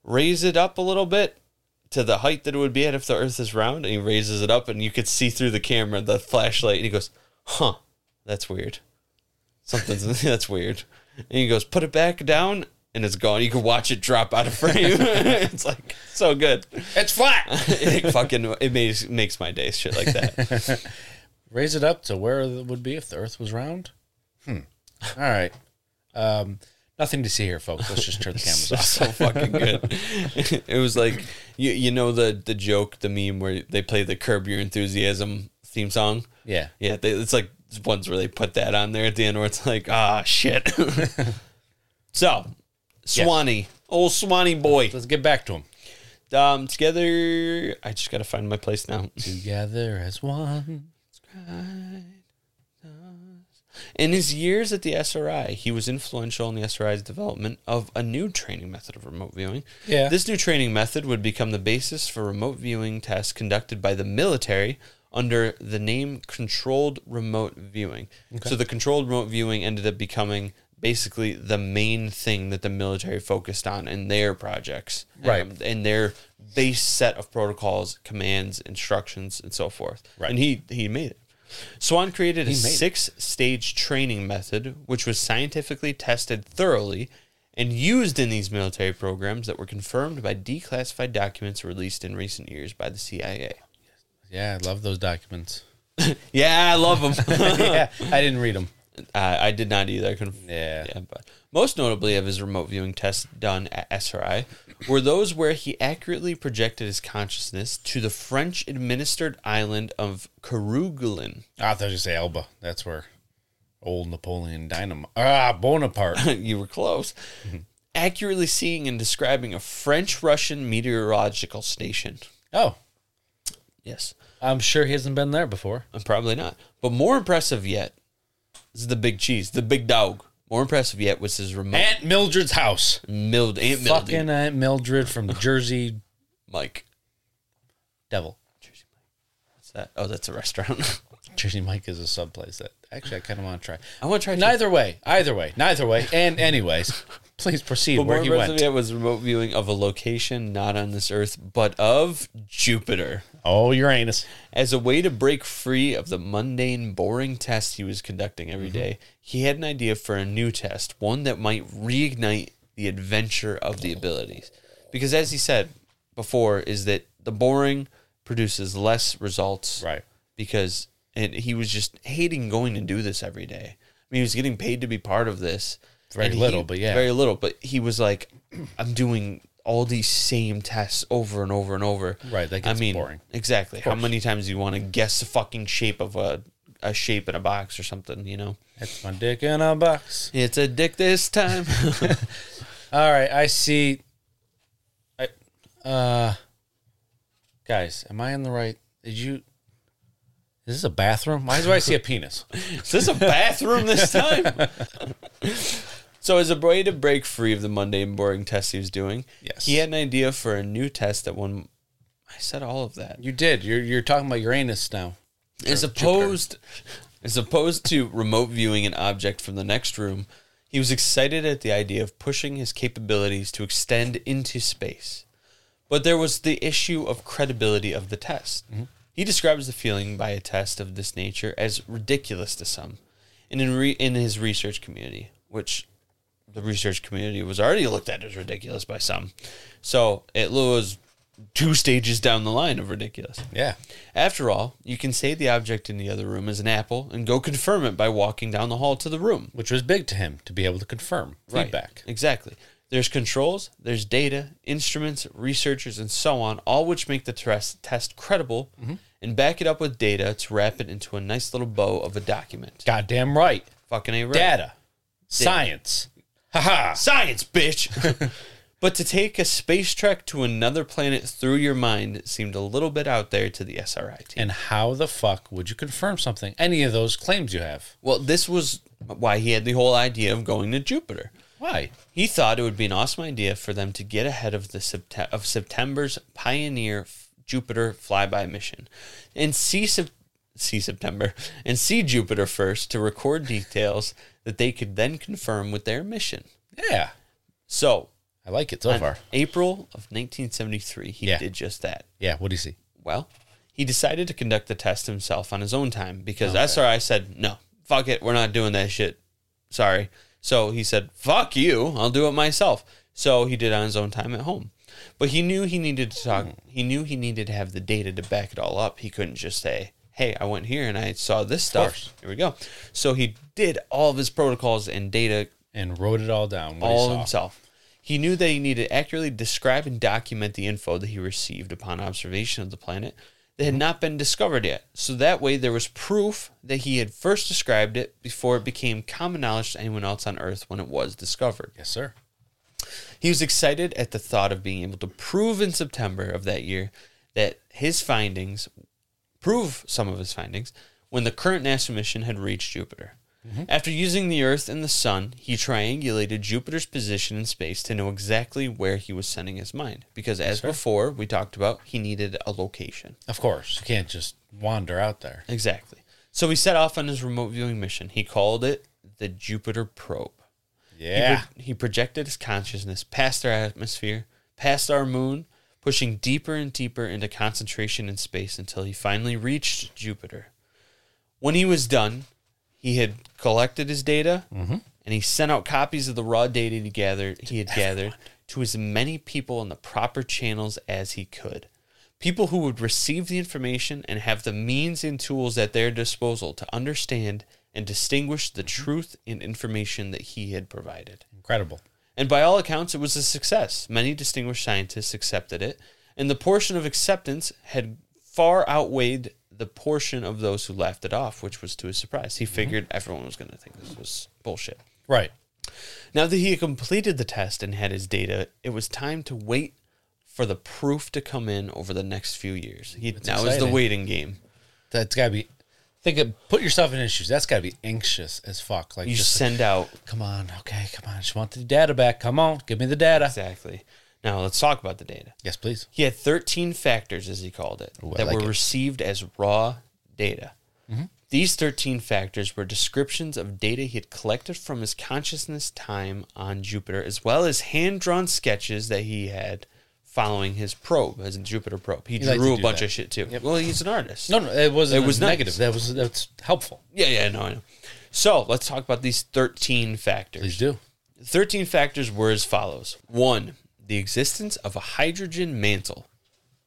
Speaker 1: "Raise it up a little bit." to the height that it would be at if the earth is round and he raises it up and you could see through the camera the flashlight and he goes huh that's weird something's that's weird and he goes put it back down and it's gone you can watch it drop out of frame it's like so good
Speaker 3: It's flat.
Speaker 1: it fucking it makes makes my day shit like that
Speaker 3: Raise it up to where it would be if the Earth was round. Hmm. All right. Um, nothing to see here, folks. Let's just turn the cameras off.
Speaker 1: so fucking good it was like you you know the the joke the meme where they play the curb your enthusiasm theme song
Speaker 3: Yeah.
Speaker 1: Yeah, they, it's like ones where they put that on there at the end where it's like, ah, shit. so, Swanee, old Swanee boy.
Speaker 3: Let's get back to them.
Speaker 1: Um, together, I just gotta find my place now.
Speaker 3: Together as one.
Speaker 1: In his years at the SRI, he was influential in the SRI's development of a new training method of remote viewing.
Speaker 3: Yeah.
Speaker 1: This new training method would become the basis for remote viewing tests conducted by the military under the name controlled remote viewing. So the controlled remote viewing ended up becoming basically the main thing that the military focused on in their projects.
Speaker 3: Right.
Speaker 1: Um, in their base set of protocols, commands, instructions, and so forth.
Speaker 3: Right.
Speaker 1: And he he made it. Swan created a
Speaker 3: made it.
Speaker 1: six-stage training method, which was scientifically tested thoroughly and used in these military programs that were confirmed by declassified documents released in recent years by the CIA.
Speaker 3: Yeah, I love those documents.
Speaker 1: Yeah, I love them.
Speaker 3: yeah, I didn't read them.
Speaker 1: Uh, I, I did not either. I couldn't.
Speaker 3: Yeah.
Speaker 1: but most notably of his remote viewing tests done at SRI were those where he accurately projected his consciousness to the French administered island of Kerugelin.
Speaker 3: I thought you say Elba. That's where old Napoleon Dynamite. Ah, Bonaparte.
Speaker 1: you were close.
Speaker 3: Mm-hmm.
Speaker 1: Accurately seeing and describing a French Russian meteorological station.
Speaker 3: Oh,
Speaker 1: Yes.
Speaker 3: I'm sure he hasn't been there before.
Speaker 1: Uh, Probably not. But more impressive yet is the big cheese, the big dog. More impressive yet was his remote
Speaker 3: Aunt Mildred's house.
Speaker 1: milled Aunt Mildy
Speaker 3: Fucking Aunt Mildred from Jersey
Speaker 1: Mike.
Speaker 3: Devil.
Speaker 1: What's that? Oh, that's a restaurant.
Speaker 3: Jersey Mike is a sub place that actually I kind of want to try.
Speaker 1: I want to try. to-
Speaker 3: Neither way, either way, neither way. And anyways, please proceed
Speaker 1: But
Speaker 3: where
Speaker 1: more
Speaker 3: he
Speaker 1: impressive
Speaker 3: went.
Speaker 1: yet was remote viewing of a location not on this earth, but of Jupiter.
Speaker 3: Oh, Uranus.
Speaker 1: As a way to break free of the mundane, boring test he was conducting
Speaker 3: Mm-hmm.
Speaker 1: every day, he had an idea for a new test, one that might reignite the adventure of the abilities. Because as he said before, is that the boring produces less results.
Speaker 3: Right.
Speaker 1: Because and he was just hating going to do this every day. I mean, he was getting paid to be part of this.
Speaker 3: Very
Speaker 1: and he-
Speaker 3: little, but yeah.
Speaker 1: Very little, but he was like, I'm doing all these same tests over and over and over.
Speaker 3: Right, that gets boring.
Speaker 1: Exactly. How many times do you want to guess the fucking shape of a a shape in a box or something, you know?
Speaker 3: That's my dick in a box.
Speaker 1: It's a dick this time.
Speaker 3: All right, I see. I, uh, guys, am I in the right? Did you? Is this a bathroom? Why do I see a penis?
Speaker 1: Is this a bathroom this time? so as a way to break free of the mundane boring test he was doing,
Speaker 3: Yes.
Speaker 1: he had an idea for a new test that one I said all of that.
Speaker 3: You did. You're you're talking about Uranus now.
Speaker 1: As opposed, as opposed to remote viewing an object from the next room, he was excited at the idea of pushing his capabilities to extend into space. But there was the issue of credibility of the test. He describes the feeling by a test of this nature as ridiculous to some, and in re- in his research community, which the research community was already looked at as ridiculous by some. So it was two stages down the line of ridiculous.
Speaker 3: Yeah.
Speaker 1: After all, you can say the object in the other room is an apple and go confirm it by walking down the hall to the room.
Speaker 3: Which was big to him to be able to confirm
Speaker 1: Right.
Speaker 3: feedback.
Speaker 1: Exactly. There's controls, there's data, instruments, researchers, and so on, all which make the test, test credible and back it up with data to wrap it into a nice little bow of a document.
Speaker 3: Goddamn right.
Speaker 1: Fucking A right. Ah.
Speaker 3: Data. Science. Haha.
Speaker 1: Science, bitch! but to take a space trek to another planet through your mind seemed a little bit out there to the SRI team.
Speaker 3: And how the fuck would you confirm something? Any of those claims you have?
Speaker 1: well, this was why he had the whole idea of going to Jupiter.
Speaker 3: Why?
Speaker 1: He thought it would be an awesome idea for them to get ahead of the Septe- of September's Pioneer f- Jupiter flyby mission and see Sep- see September and see Jupiter first to record details that they could then confirm with their mission.
Speaker 3: Yeah.
Speaker 1: So,
Speaker 3: I like it so
Speaker 1: on
Speaker 3: far.
Speaker 1: April of 1973, he
Speaker 3: Yeah.
Speaker 1: did just that.
Speaker 3: Yeah. What do you see?
Speaker 1: Well, he decided to conduct the test himself on his own time because SRI said, no, fuck it, we're not doing that shit. Sorry. So he said, fuck you, I'll do it myself. So he did it on his own time at home. But he knew he needed to talk, he knew he needed to have the data to back it all up. He couldn't just say, hey, I went here and I saw this stuff. Here we go. So he did all of his protocols and data
Speaker 3: And wrote it all down. What he
Speaker 1: all
Speaker 3: saw.
Speaker 1: himself. He knew that he needed to accurately describe and document the info that he received upon observation of the planet that
Speaker 3: Mm-hmm.
Speaker 1: had not been discovered yet. So that way, there was proof that he had first described it before it became common knowledge to anyone else on Earth when it was discovered.
Speaker 3: Yes, sir.
Speaker 1: He was excited at the thought of being able to prove in September of that year that his findings prove some of his findings when the current NASA mission had reached Jupiter. After using the Earth and the Sun, he triangulated Jupiter's position in space to know exactly where he was sending his mind. Because as before, we talked about he needed a location.
Speaker 3: Of course. You can't just wander out there.
Speaker 1: Exactly. So he set off on his remote viewing mission. He called it the Jupiter Probe. He
Speaker 3: Yeah.
Speaker 1: pro- He, projected his consciousness past our atmosphere, past our moon, pushing deeper and deeper into concentration in space until he finally reached Jupiter. When he was done, he had collected his data and he sent out copies of the raw data he gathered he had gathered to as many people in the proper channels as he could. People who would receive the information and have the means and tools at their disposal to understand and distinguish the truth in information that he had provided.
Speaker 3: Incredible.
Speaker 1: And by all accounts, it was a success. Many distinguished scientists accepted it, and the portion of acceptance had far outweighed the portion of those who laughed it off, which was to his surprise.
Speaker 3: Mm-hmm.
Speaker 1: He figured everyone was going to think this was bullshit.
Speaker 3: Right.
Speaker 1: Now that he had completed the test and had his data, it was time to wait for the proof to come in over the next few years. He, now is the
Speaker 3: exciting.
Speaker 1: waiting game.
Speaker 3: That's got to be. Think of, put yourself in his shoes. That's got to be anxious as fuck. Like
Speaker 1: You
Speaker 3: just like,
Speaker 1: send out
Speaker 3: come on, okay, come on. Just want the data back. Come on, give me the data.
Speaker 1: exactly. Now let's talk about the data.
Speaker 3: Yes, please.
Speaker 1: He had 13 factors, as he called it,
Speaker 3: I
Speaker 1: that
Speaker 3: like
Speaker 1: were
Speaker 3: it. Mm-hmm.
Speaker 1: received as raw data. These 13 factors were descriptions of data he had collected from his consciousness time on Jupiter, as well as hand drawn sketches that he had following his probe, as a Jupiter probe. He,
Speaker 3: liked
Speaker 1: drew
Speaker 3: to
Speaker 1: a
Speaker 3: do
Speaker 1: bunch
Speaker 3: that.
Speaker 1: of shit too. Well, he's an artist.
Speaker 3: No, no, it wasn't.
Speaker 1: It was nice.
Speaker 3: negative. That was that's helpful.
Speaker 1: Yeah, yeah, no, I know. So let's talk about these 13 factors.
Speaker 3: Please do.
Speaker 1: 13 factors were as follows one, the existence of a hydrogen mantle,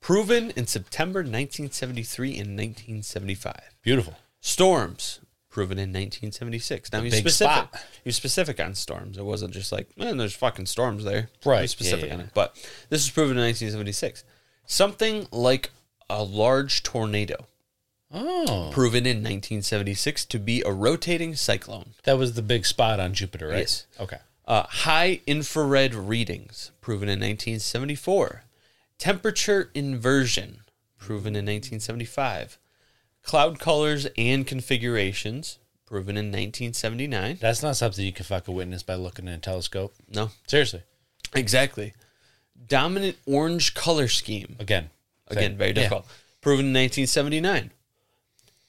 Speaker 1: proven in September 1973 and 1975.
Speaker 3: Beautiful.
Speaker 1: Storms, proven in 1976. Now, he's
Speaker 3: big
Speaker 1: specific.
Speaker 3: spot.
Speaker 1: He was specific on storms. It wasn't just like, man, there's fucking storms there. He was
Speaker 3: Right, yeah,
Speaker 1: specific
Speaker 3: yeah.
Speaker 1: on it. But this was proven in 1976. Something like a large tornado,
Speaker 3: Oh,
Speaker 1: proven in 1976 to be a rotating cyclone.
Speaker 3: that was the big spot on Jupiter, right?
Speaker 1: Yes.
Speaker 3: Okay.
Speaker 1: Uh, high infrared readings, proven in 1974. Temperature inversion, proven in 1975. Cloud colors and configurations, proven in 1979.
Speaker 3: That's not something you can fuck a witness by looking in a telescope.
Speaker 1: No,
Speaker 3: Seriously.
Speaker 1: exactly. Dominant orange color scheme,
Speaker 3: Again.
Speaker 1: again, very
Speaker 3: Yeah.
Speaker 1: difficult, proven in 1979.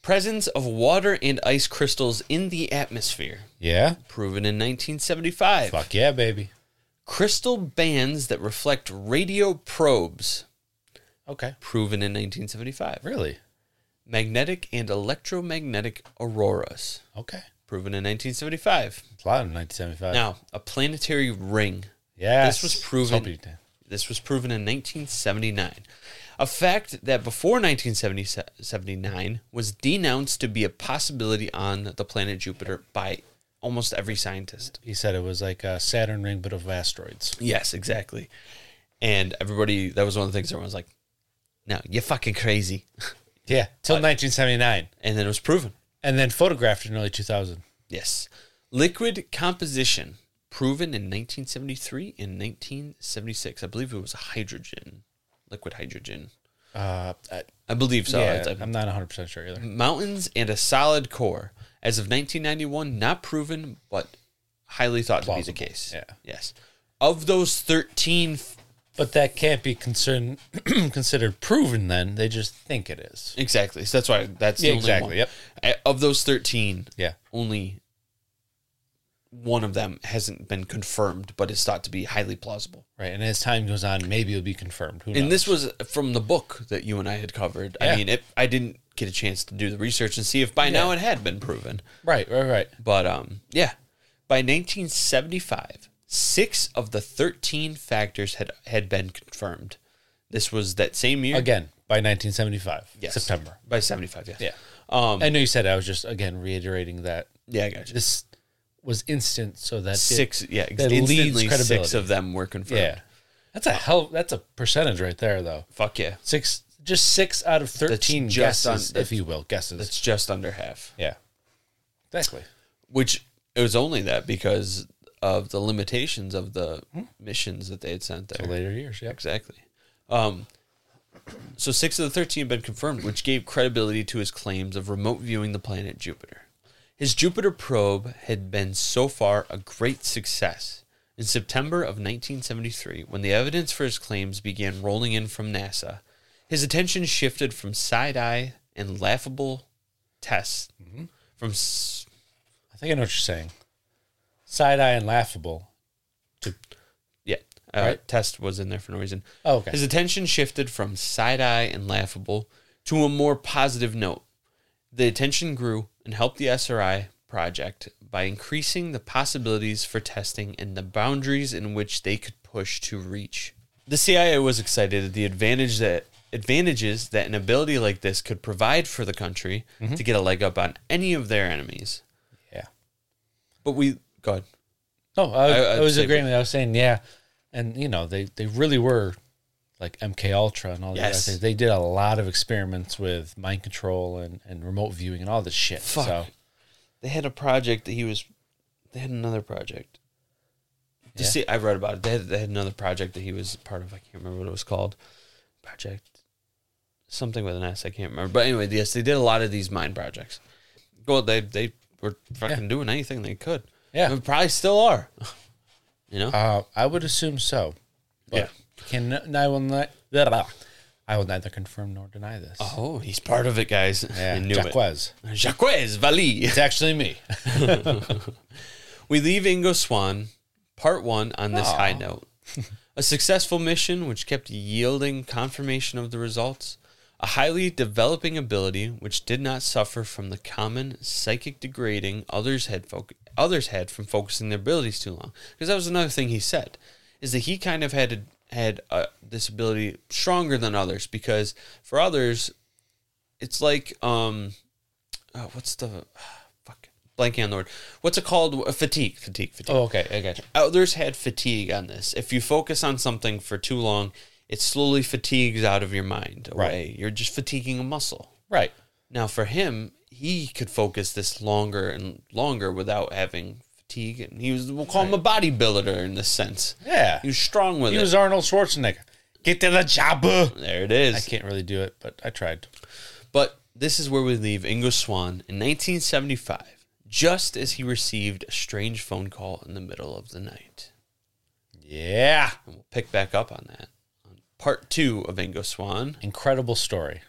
Speaker 1: Presence of water and ice crystals in the atmosphere,
Speaker 3: Yeah.
Speaker 1: proven in 1975.
Speaker 3: Fuck yeah, baby.
Speaker 1: crystal bands that reflect radio probes,
Speaker 3: Okay.
Speaker 1: proven in 1975.
Speaker 3: Really?
Speaker 1: Magnetic and electromagnetic auroras,
Speaker 3: Okay.
Speaker 1: proven in 1975.
Speaker 3: It's a lot in 1975.
Speaker 1: Now, a planetary ring.
Speaker 3: yeah.
Speaker 1: this was proven- This was proven in 1979. A fact that before 1979 was denounced to be a possibility on the planet Jupiter by almost every scientist.
Speaker 3: He said it was like a Saturn ring, but of asteroids.
Speaker 1: Yes, exactly. And everybody, that was one of the things everyone was like, no, you're fucking crazy.
Speaker 3: Yeah,
Speaker 1: Uh,
Speaker 3: till 1979,
Speaker 1: And then it was proven.
Speaker 3: and then photographed in early 2000.
Speaker 1: Yes. Liquid composition proven in 1973 and 1976. I believe it was hydrogen, liquid hydrogen.
Speaker 3: Uh, I,
Speaker 1: I believe so.
Speaker 3: yeah,
Speaker 1: It's- I-
Speaker 3: I'm not 100 percent sure either.
Speaker 1: mountains and a solid core. As of 1991, not proven, but highly thought to be
Speaker 3: Plausible,
Speaker 1: the case.
Speaker 3: yeah.
Speaker 1: Yes. Of those 13, f-
Speaker 3: But that can't be concern, considered proven. Then they just think it is.
Speaker 1: exactly. So that's why that's the
Speaker 3: Yeah,
Speaker 1: only
Speaker 3: exactly,
Speaker 1: one.
Speaker 3: yep.
Speaker 1: Uh, Of those 13,
Speaker 3: Yeah,
Speaker 1: only one of them hasn't been confirmed, but is thought to be highly plausible.
Speaker 3: right. And as time goes on, maybe it'll be confirmed. Who knows?
Speaker 1: And this was from the book that you and I had covered. I
Speaker 3: Yeah.
Speaker 1: mean, it, I didn't get a chance to do the research and see if by now it had been proven.
Speaker 3: right, right, right.
Speaker 1: But um, yeah, by 1975, six of the 13 factors had had been confirmed. This was that same year
Speaker 3: Again, by 1975,
Speaker 1: Yes.
Speaker 3: September.
Speaker 1: by 75. Yes.
Speaker 3: Yeah.
Speaker 1: Um.
Speaker 3: I know you said I was just again reiterating that
Speaker 1: yeah, I got you.
Speaker 3: this was instant, so that it-
Speaker 1: Six. Yeah. ex-
Speaker 3: that leads
Speaker 1: Instantly, six
Speaker 3: credibility.
Speaker 1: of them were confirmed.
Speaker 3: yeah, that's a hell. That's a percentage right there, though.
Speaker 1: Fuck yeah.
Speaker 3: Six, just six out of thirteen
Speaker 1: just on-
Speaker 3: guesses,
Speaker 1: that's-
Speaker 3: if you will, guesses.
Speaker 1: That's just under half.
Speaker 3: yeah, exactly.
Speaker 1: Which it was only that because of the limitations of the missions that they had sent there.
Speaker 3: The later years, yeah.
Speaker 1: Exactly. Um, so six of the 13 have been confirmed, which gave credibility to his claims of remote viewing the planet Jupiter. His Jupiter probe had been so far a great success. In September of 1973, when the evidence for his claims began rolling in from NASA, his attention shifted from side eye and laughable tests from s-
Speaker 3: I think I know what you're saying. Side eye and laughable.
Speaker 1: Yeah. Uh,
Speaker 3: Right?
Speaker 1: Test was in there for no reason.
Speaker 3: Oh, okay.
Speaker 1: His attention shifted from side eye and laughable to a more positive note. The attention grew and helped the SRI project by increasing the possibilities for testing and the boundaries in which they could push to reach. The CIA was excited at the advantage that advantages that an ability like this could provide for the country
Speaker 3: Mm-hmm.
Speaker 1: to get a leg up on any of their enemies.
Speaker 3: Yeah.
Speaker 1: But we go ahead.
Speaker 3: No, I,
Speaker 1: I-
Speaker 3: I
Speaker 1: I'd
Speaker 3: was
Speaker 1: say-
Speaker 3: agreeing. with I was saying, yeah, and you know, they they really were like MK Ultra and all that.
Speaker 1: Yes.
Speaker 3: things. They did a lot of experiments with mind control and and remote viewing and all this shit.
Speaker 1: Fuck.
Speaker 3: So
Speaker 1: they had a project that he was they had another project to
Speaker 3: Yeah.
Speaker 1: see i read about it they had, they had another project that he was part of i can't remember what it was called project something with an s i can't remember but anyway yes they did a lot of these mine projects well they they were fucking doing anything they could
Speaker 3: Yeah.
Speaker 1: and probably still are you know
Speaker 3: uh, I would assume so.
Speaker 1: Yeah.
Speaker 3: But Can and I will not. blah, blah. I will neither confirm nor deny this.
Speaker 1: oh he's part of it guys
Speaker 3: yeah,
Speaker 1: i knew
Speaker 3: Jack
Speaker 1: it
Speaker 3: was.
Speaker 1: jacques vallée
Speaker 3: It's actually me.
Speaker 1: We leave Ingo Swan, part one, on this high note. a successful mission which kept yielding confirmation of the results, a highly developing ability which did not suffer from the common psychic degrading others had foc- others had from focusing their abilities too long. Because that was another thing he said, is that he kind of had a, had a, this ability stronger than others because for others, it's like um, oh, what's the fuck blanking on the word? What's it called? Fatigue, fatigue, fatigue
Speaker 3: oh, okay. I got you.
Speaker 1: others had fatigue on this. If you focus on something for too long, it slowly fatigues out of your mind away. You're just fatiguing a muscle.
Speaker 3: Right.
Speaker 1: Now for him, he could focus this longer and longer without having fatigue, and he was we'll call him a bodybuilder in this sense.
Speaker 3: Yeah.
Speaker 1: he was strong with
Speaker 3: He
Speaker 1: it.
Speaker 3: was Arnold Schwarzenegger. Get to the job. uh.
Speaker 1: there it is.
Speaker 3: I can't really do it, but I tried.
Speaker 1: But this is where we leave Ingo Swan in 1975, just as he received a strange phone call in the middle of the night.
Speaker 3: Yeah.
Speaker 1: And we'll pick back up on that on part two of Ingo Swan.
Speaker 3: Incredible story.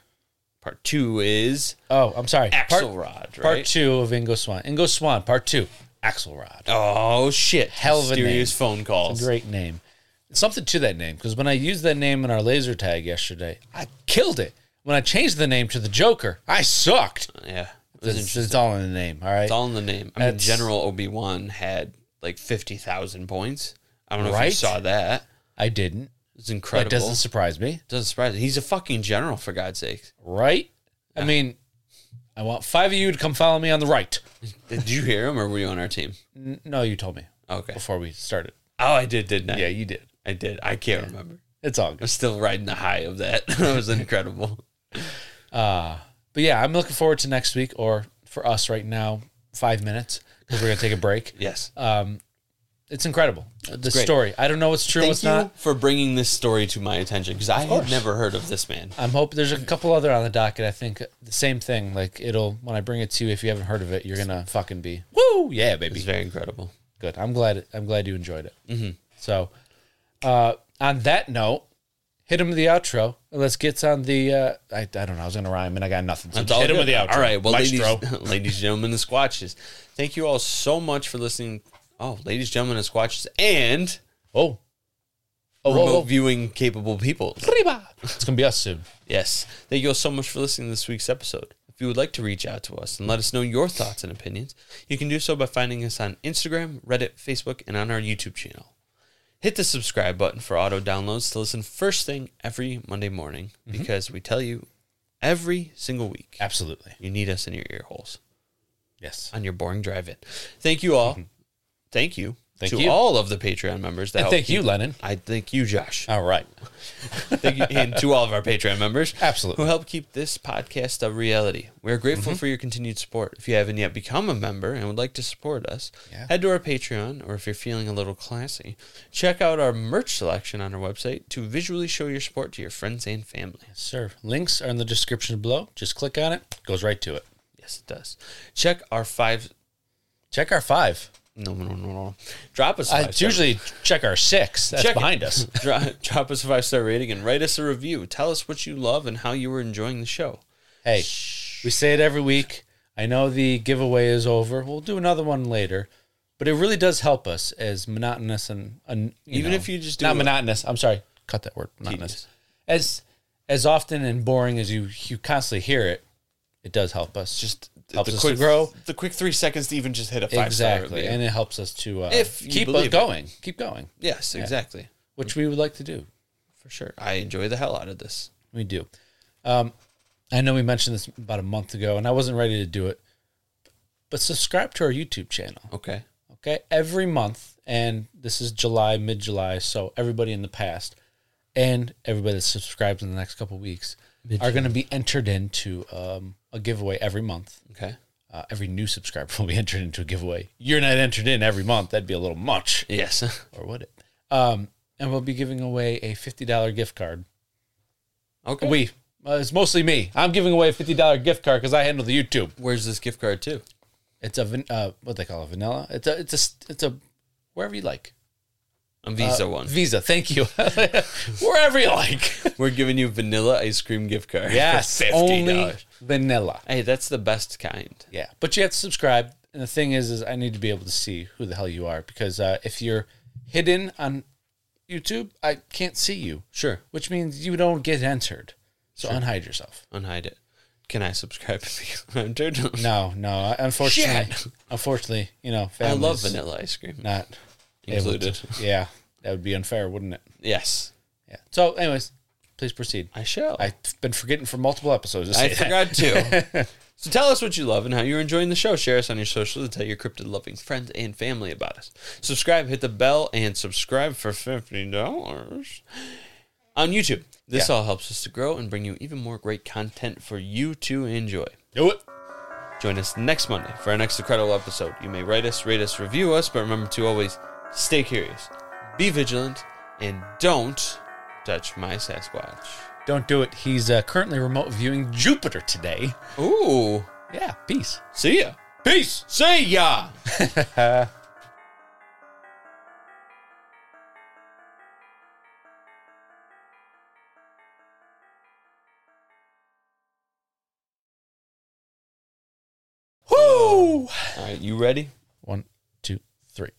Speaker 1: Part two is
Speaker 3: Oh, I'm sorry.
Speaker 1: Axelrod,
Speaker 3: Part,
Speaker 1: right?
Speaker 3: part two of Ingo Swan. Ingo Swan, part two. Axelrod.
Speaker 1: Oh shit!
Speaker 3: Hell of a
Speaker 1: Mysterious
Speaker 3: name.
Speaker 1: phone calls.
Speaker 3: Great name. Something to that name, because when I used that name in our laser tag yesterday, I killed it. When I changed the name to the Joker, I sucked.
Speaker 1: Yeah, it was
Speaker 3: It's,
Speaker 1: interesting.
Speaker 3: it's all in the name, all right?
Speaker 1: It's all in the name. I mean,
Speaker 3: That's-
Speaker 1: General Obi Wan had like fifty thousand points. I don't know if
Speaker 3: Right?
Speaker 1: you saw that.
Speaker 3: I didn't.
Speaker 1: It's
Speaker 3: That
Speaker 1: incredible.
Speaker 3: doesn't
Speaker 1: doesn't,
Speaker 3: surprise me,
Speaker 1: surprise me. He's a fucking general for God's sake.
Speaker 3: right? I mean, I want five of you to come follow me on the right.
Speaker 1: Did you hear him, or were you on our team?
Speaker 3: N- no, you told me
Speaker 1: Okay.
Speaker 3: before we started.
Speaker 1: Oh, I did, didn't I?
Speaker 3: Yeah, you did.
Speaker 1: I did. I can't remember.
Speaker 3: It's all
Speaker 1: I'm
Speaker 3: good.
Speaker 1: still riding the high of that. that was incredible.
Speaker 3: Uh, but yeah, I'm looking forward to next week, or for us right now, five minutes because we're gonna take a break.
Speaker 1: Yes.
Speaker 3: Um, it's incredible. the
Speaker 1: great.
Speaker 3: story. I don't know what's true,
Speaker 1: Thank
Speaker 3: what's
Speaker 1: you
Speaker 3: not.
Speaker 1: for bringing this story to my attention because I had never heard of this man.
Speaker 3: I'm hoping there's a couple other on the docket. I think the same thing. Like it'll when I bring it to you. If you haven't heard of it, you're gonna fucking be woo yeah baby.
Speaker 1: It's very incredible.
Speaker 3: good. I'm glad. I'm glad you enjoyed it. Mm-hmm. So, uh, on that note, hit him with the outro. and Let's get on the. Uh, I, I don't know. I was gonna rhyme and I got nothing. So
Speaker 1: It's all
Speaker 3: hit him
Speaker 1: good.
Speaker 3: with the outro.
Speaker 1: All right. Well, ladies,
Speaker 3: Maestro.
Speaker 1: ladies, gentlemen, and squatches, thank you all so much for listening. Oh, ladies, gentlemen, and squatches, and
Speaker 3: Oh, oh,
Speaker 1: remote
Speaker 3: oh,
Speaker 1: viewing capable people.
Speaker 3: oh. Arriba. It's gonna be us soon.
Speaker 1: Yes. Thank you all so much for listening to this week's episode. If you would like to reach out to us and let us know your thoughts and opinions, you can do so by finding us on Instagram, Reddit, Facebook, and on our YouTube channel. Hit the subscribe button for auto downloads to listen first thing every Monday morning
Speaker 3: Mm-hmm.
Speaker 1: because we tell you every single week
Speaker 3: Absolutely.
Speaker 1: you need us in your ear holes
Speaker 3: Yes.
Speaker 1: on your boring drive in. Thank you all. Thank you
Speaker 3: Mm-hmm. Thank
Speaker 1: to
Speaker 3: you.
Speaker 1: all of the Patreon members. That
Speaker 3: And
Speaker 1: help
Speaker 3: thank you,
Speaker 1: keep-
Speaker 3: Lennon.
Speaker 1: I thank you, Josh.
Speaker 3: All right.
Speaker 1: Thank you, and to all of our Patreon members,
Speaker 3: Absolutely. Mm-hmm.
Speaker 1: who help keep this podcast a reality. We are grateful for your continued support. If you haven't yet become a member and would like to support us,
Speaker 3: Yeah.
Speaker 1: head to our Patreon, or if you're feeling a little classy, check out our merch selection on our website to visually show your support to your friends and family.
Speaker 3: Sir, links are in the description below. Just click on it. Goes right to it.
Speaker 1: Yes, it does. Check our five.
Speaker 3: Check our five.
Speaker 1: No, no, no, no. Drop us.
Speaker 3: I
Speaker 1: five stars.
Speaker 3: usually check our six. That's
Speaker 1: Check it.
Speaker 3: behind us.
Speaker 1: drop, drop us a five star rating and write us a review. Tell us what you love and how you were enjoying the show.
Speaker 3: Hey, we say it every week. I know the giveaway is over. We'll do another one later, but it really does help us as monotonous and, and you
Speaker 1: Even
Speaker 3: know,
Speaker 1: if you just do
Speaker 3: not
Speaker 1: a-
Speaker 3: monotonous. I'm sorry, cut that word monotonous. As as often and boring as you you constantly hear it, it does help us.
Speaker 1: Just
Speaker 3: helps
Speaker 1: the
Speaker 3: us
Speaker 1: quick
Speaker 3: to grow
Speaker 1: The quick three seconds to even just hit a five star
Speaker 3: exactly,
Speaker 1: review.
Speaker 3: and it helps us to uh,
Speaker 1: If you
Speaker 3: keep
Speaker 1: believe
Speaker 3: us
Speaker 1: it.
Speaker 3: going, keep going,
Speaker 1: Yes, exactly.
Speaker 3: which we would like to do.
Speaker 1: For sure. I enjoy the hell out of this.
Speaker 3: We do. Um, I know we mentioned this about a month ago, and I wasn't ready to do it, but subscribe to our YouTube channel.
Speaker 1: Okay.
Speaker 3: okay every month and this is july mid-july so everybody in the past and everybody that subscribes in the next couple weeks are going to be entered into um, a giveaway every month
Speaker 1: Okay.
Speaker 3: uh, every new subscriber will be entered into a giveaway you're not entered in every month that'd be a little much
Speaker 1: Yes.
Speaker 3: or would it um, and we'll be giving away a $50 gift card
Speaker 1: Okay.
Speaker 3: we uh, it's mostly me i'm giving away a $50 gift card because i handle the youtube
Speaker 1: Where's this gift card too?
Speaker 3: it's a van- uh, what they call a vanilla it's a it's a it's a wherever you like
Speaker 1: A Visa one.
Speaker 3: Visa, thank you. Wherever you like.
Speaker 1: We're giving you vanilla ice cream gift card. for
Speaker 3: Yes, only
Speaker 1: $50.
Speaker 3: vanilla.
Speaker 1: Hey, that's the best kind.
Speaker 3: Yeah, but you have to subscribe. And the thing is, is I need to be able to see who the hell you are because uh, if you're hidden on YouTube, I can't see you,
Speaker 1: Sure.
Speaker 3: which means you don't get entered. So unhide yourself.
Speaker 1: Unhide it. Can I subscribe if you entered?
Speaker 3: No, no. I- Unfortunately, unfortunately, you know,
Speaker 1: I
Speaker 3: families
Speaker 1: love vanilla ice cream.
Speaker 3: Not able to-
Speaker 1: included.
Speaker 3: yeah, that would be unfair, wouldn't it?
Speaker 1: Yes.
Speaker 3: Yeah. So, anyways, please proceed.
Speaker 1: I shall. I,
Speaker 3: I've been forgetting for multiple episodes. to say that.
Speaker 1: forgot too. so tell us what you love and how you're enjoying the show. Share us on your socials and tell your cryptid loving friends and family about us. Subscribe, hit the bell, and subscribe for fifty dollars on YouTube. This all helps us to grow and bring you even more great content for you to enjoy.
Speaker 3: Do it.
Speaker 1: Join us next Monday for our next incredible episode. You may write us, rate us, review us, but remember to always stay curious, be vigilant, and don't touch my Sasquatch.
Speaker 3: Don't do it. He's uh, currently remote viewing Jupiter today.
Speaker 1: Ooh.
Speaker 3: Yeah, peace.
Speaker 1: See ya. Peace. See ya.
Speaker 3: Woo!
Speaker 1: All right, you ready?
Speaker 3: One, two, three.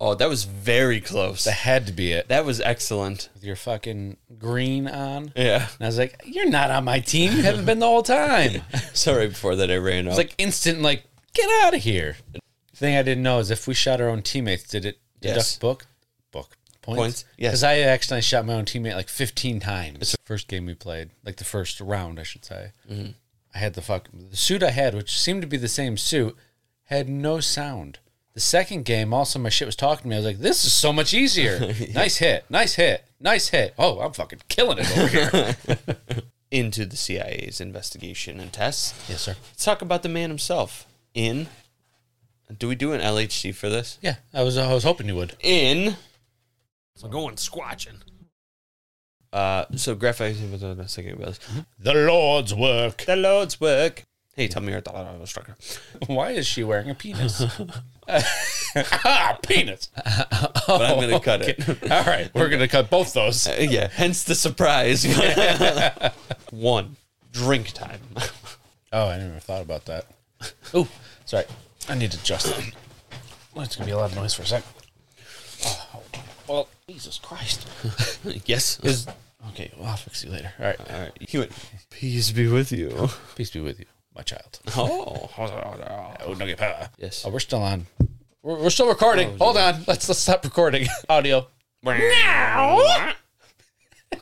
Speaker 1: Oh, that was very close.
Speaker 3: That had to be it.
Speaker 1: That was excellent.
Speaker 3: With your fucking green on. And
Speaker 1: Yeah.
Speaker 3: I was like, you're not on my team. You haven't been the whole time. It's
Speaker 1: Sorry before that I ran off.
Speaker 3: like instant, like, get out of here. The thing I didn't know is if we shot our own teammates, did it deduct
Speaker 1: Yes.
Speaker 3: book? Book. Points?
Speaker 1: Points, yes.
Speaker 3: Because I accidentally shot
Speaker 1: Mm-hmm.
Speaker 3: my own teammate like 15 times. It's the first game we played, like the first round, I should say. I I had the fuck the suit I had, which seemed to be the same suit, had no sound. The second game, also my shit was talking to me. I was like, "This is so much easier. Nice hit, nice hit, nice hit. Oh, I'm fucking killing it over here."
Speaker 1: into the CIA's investigation and tests.
Speaker 3: yes, sir.
Speaker 1: Let's talk about the man himself. In, do we do an LHC for this?
Speaker 3: Yeah, I was I was hoping you would.
Speaker 1: In. So going squatching. Uh, so graphic investigating abilities.
Speaker 3: The Lord's work.
Speaker 1: The Lord's work. Hey, tell me your thought on the structure.
Speaker 3: Why is she wearing a penis? ah, penis.
Speaker 1: But I'm gonna cut it.
Speaker 3: All right, we're gonna cut both those.
Speaker 1: Uh, yeah, hence the surprise. One, drink time.
Speaker 3: Oh, I never thought about that. Oh, sorry. I need to adjust that. Well, it's gonna be a lot of noise for a sec. Oh, well, Jesus Christ.
Speaker 1: yes.
Speaker 3: Is okay. Well, I'll fix you later. All right.
Speaker 1: All right. He went, Peace be with you.
Speaker 3: Peace be with you, my child.
Speaker 1: Oh.
Speaker 3: Oh, no, get power.
Speaker 1: Yes. Oh,
Speaker 3: Oh, we're still on. We're, we're still recording. Hold on. Let's let's stop recording. Audio.
Speaker 1: Now.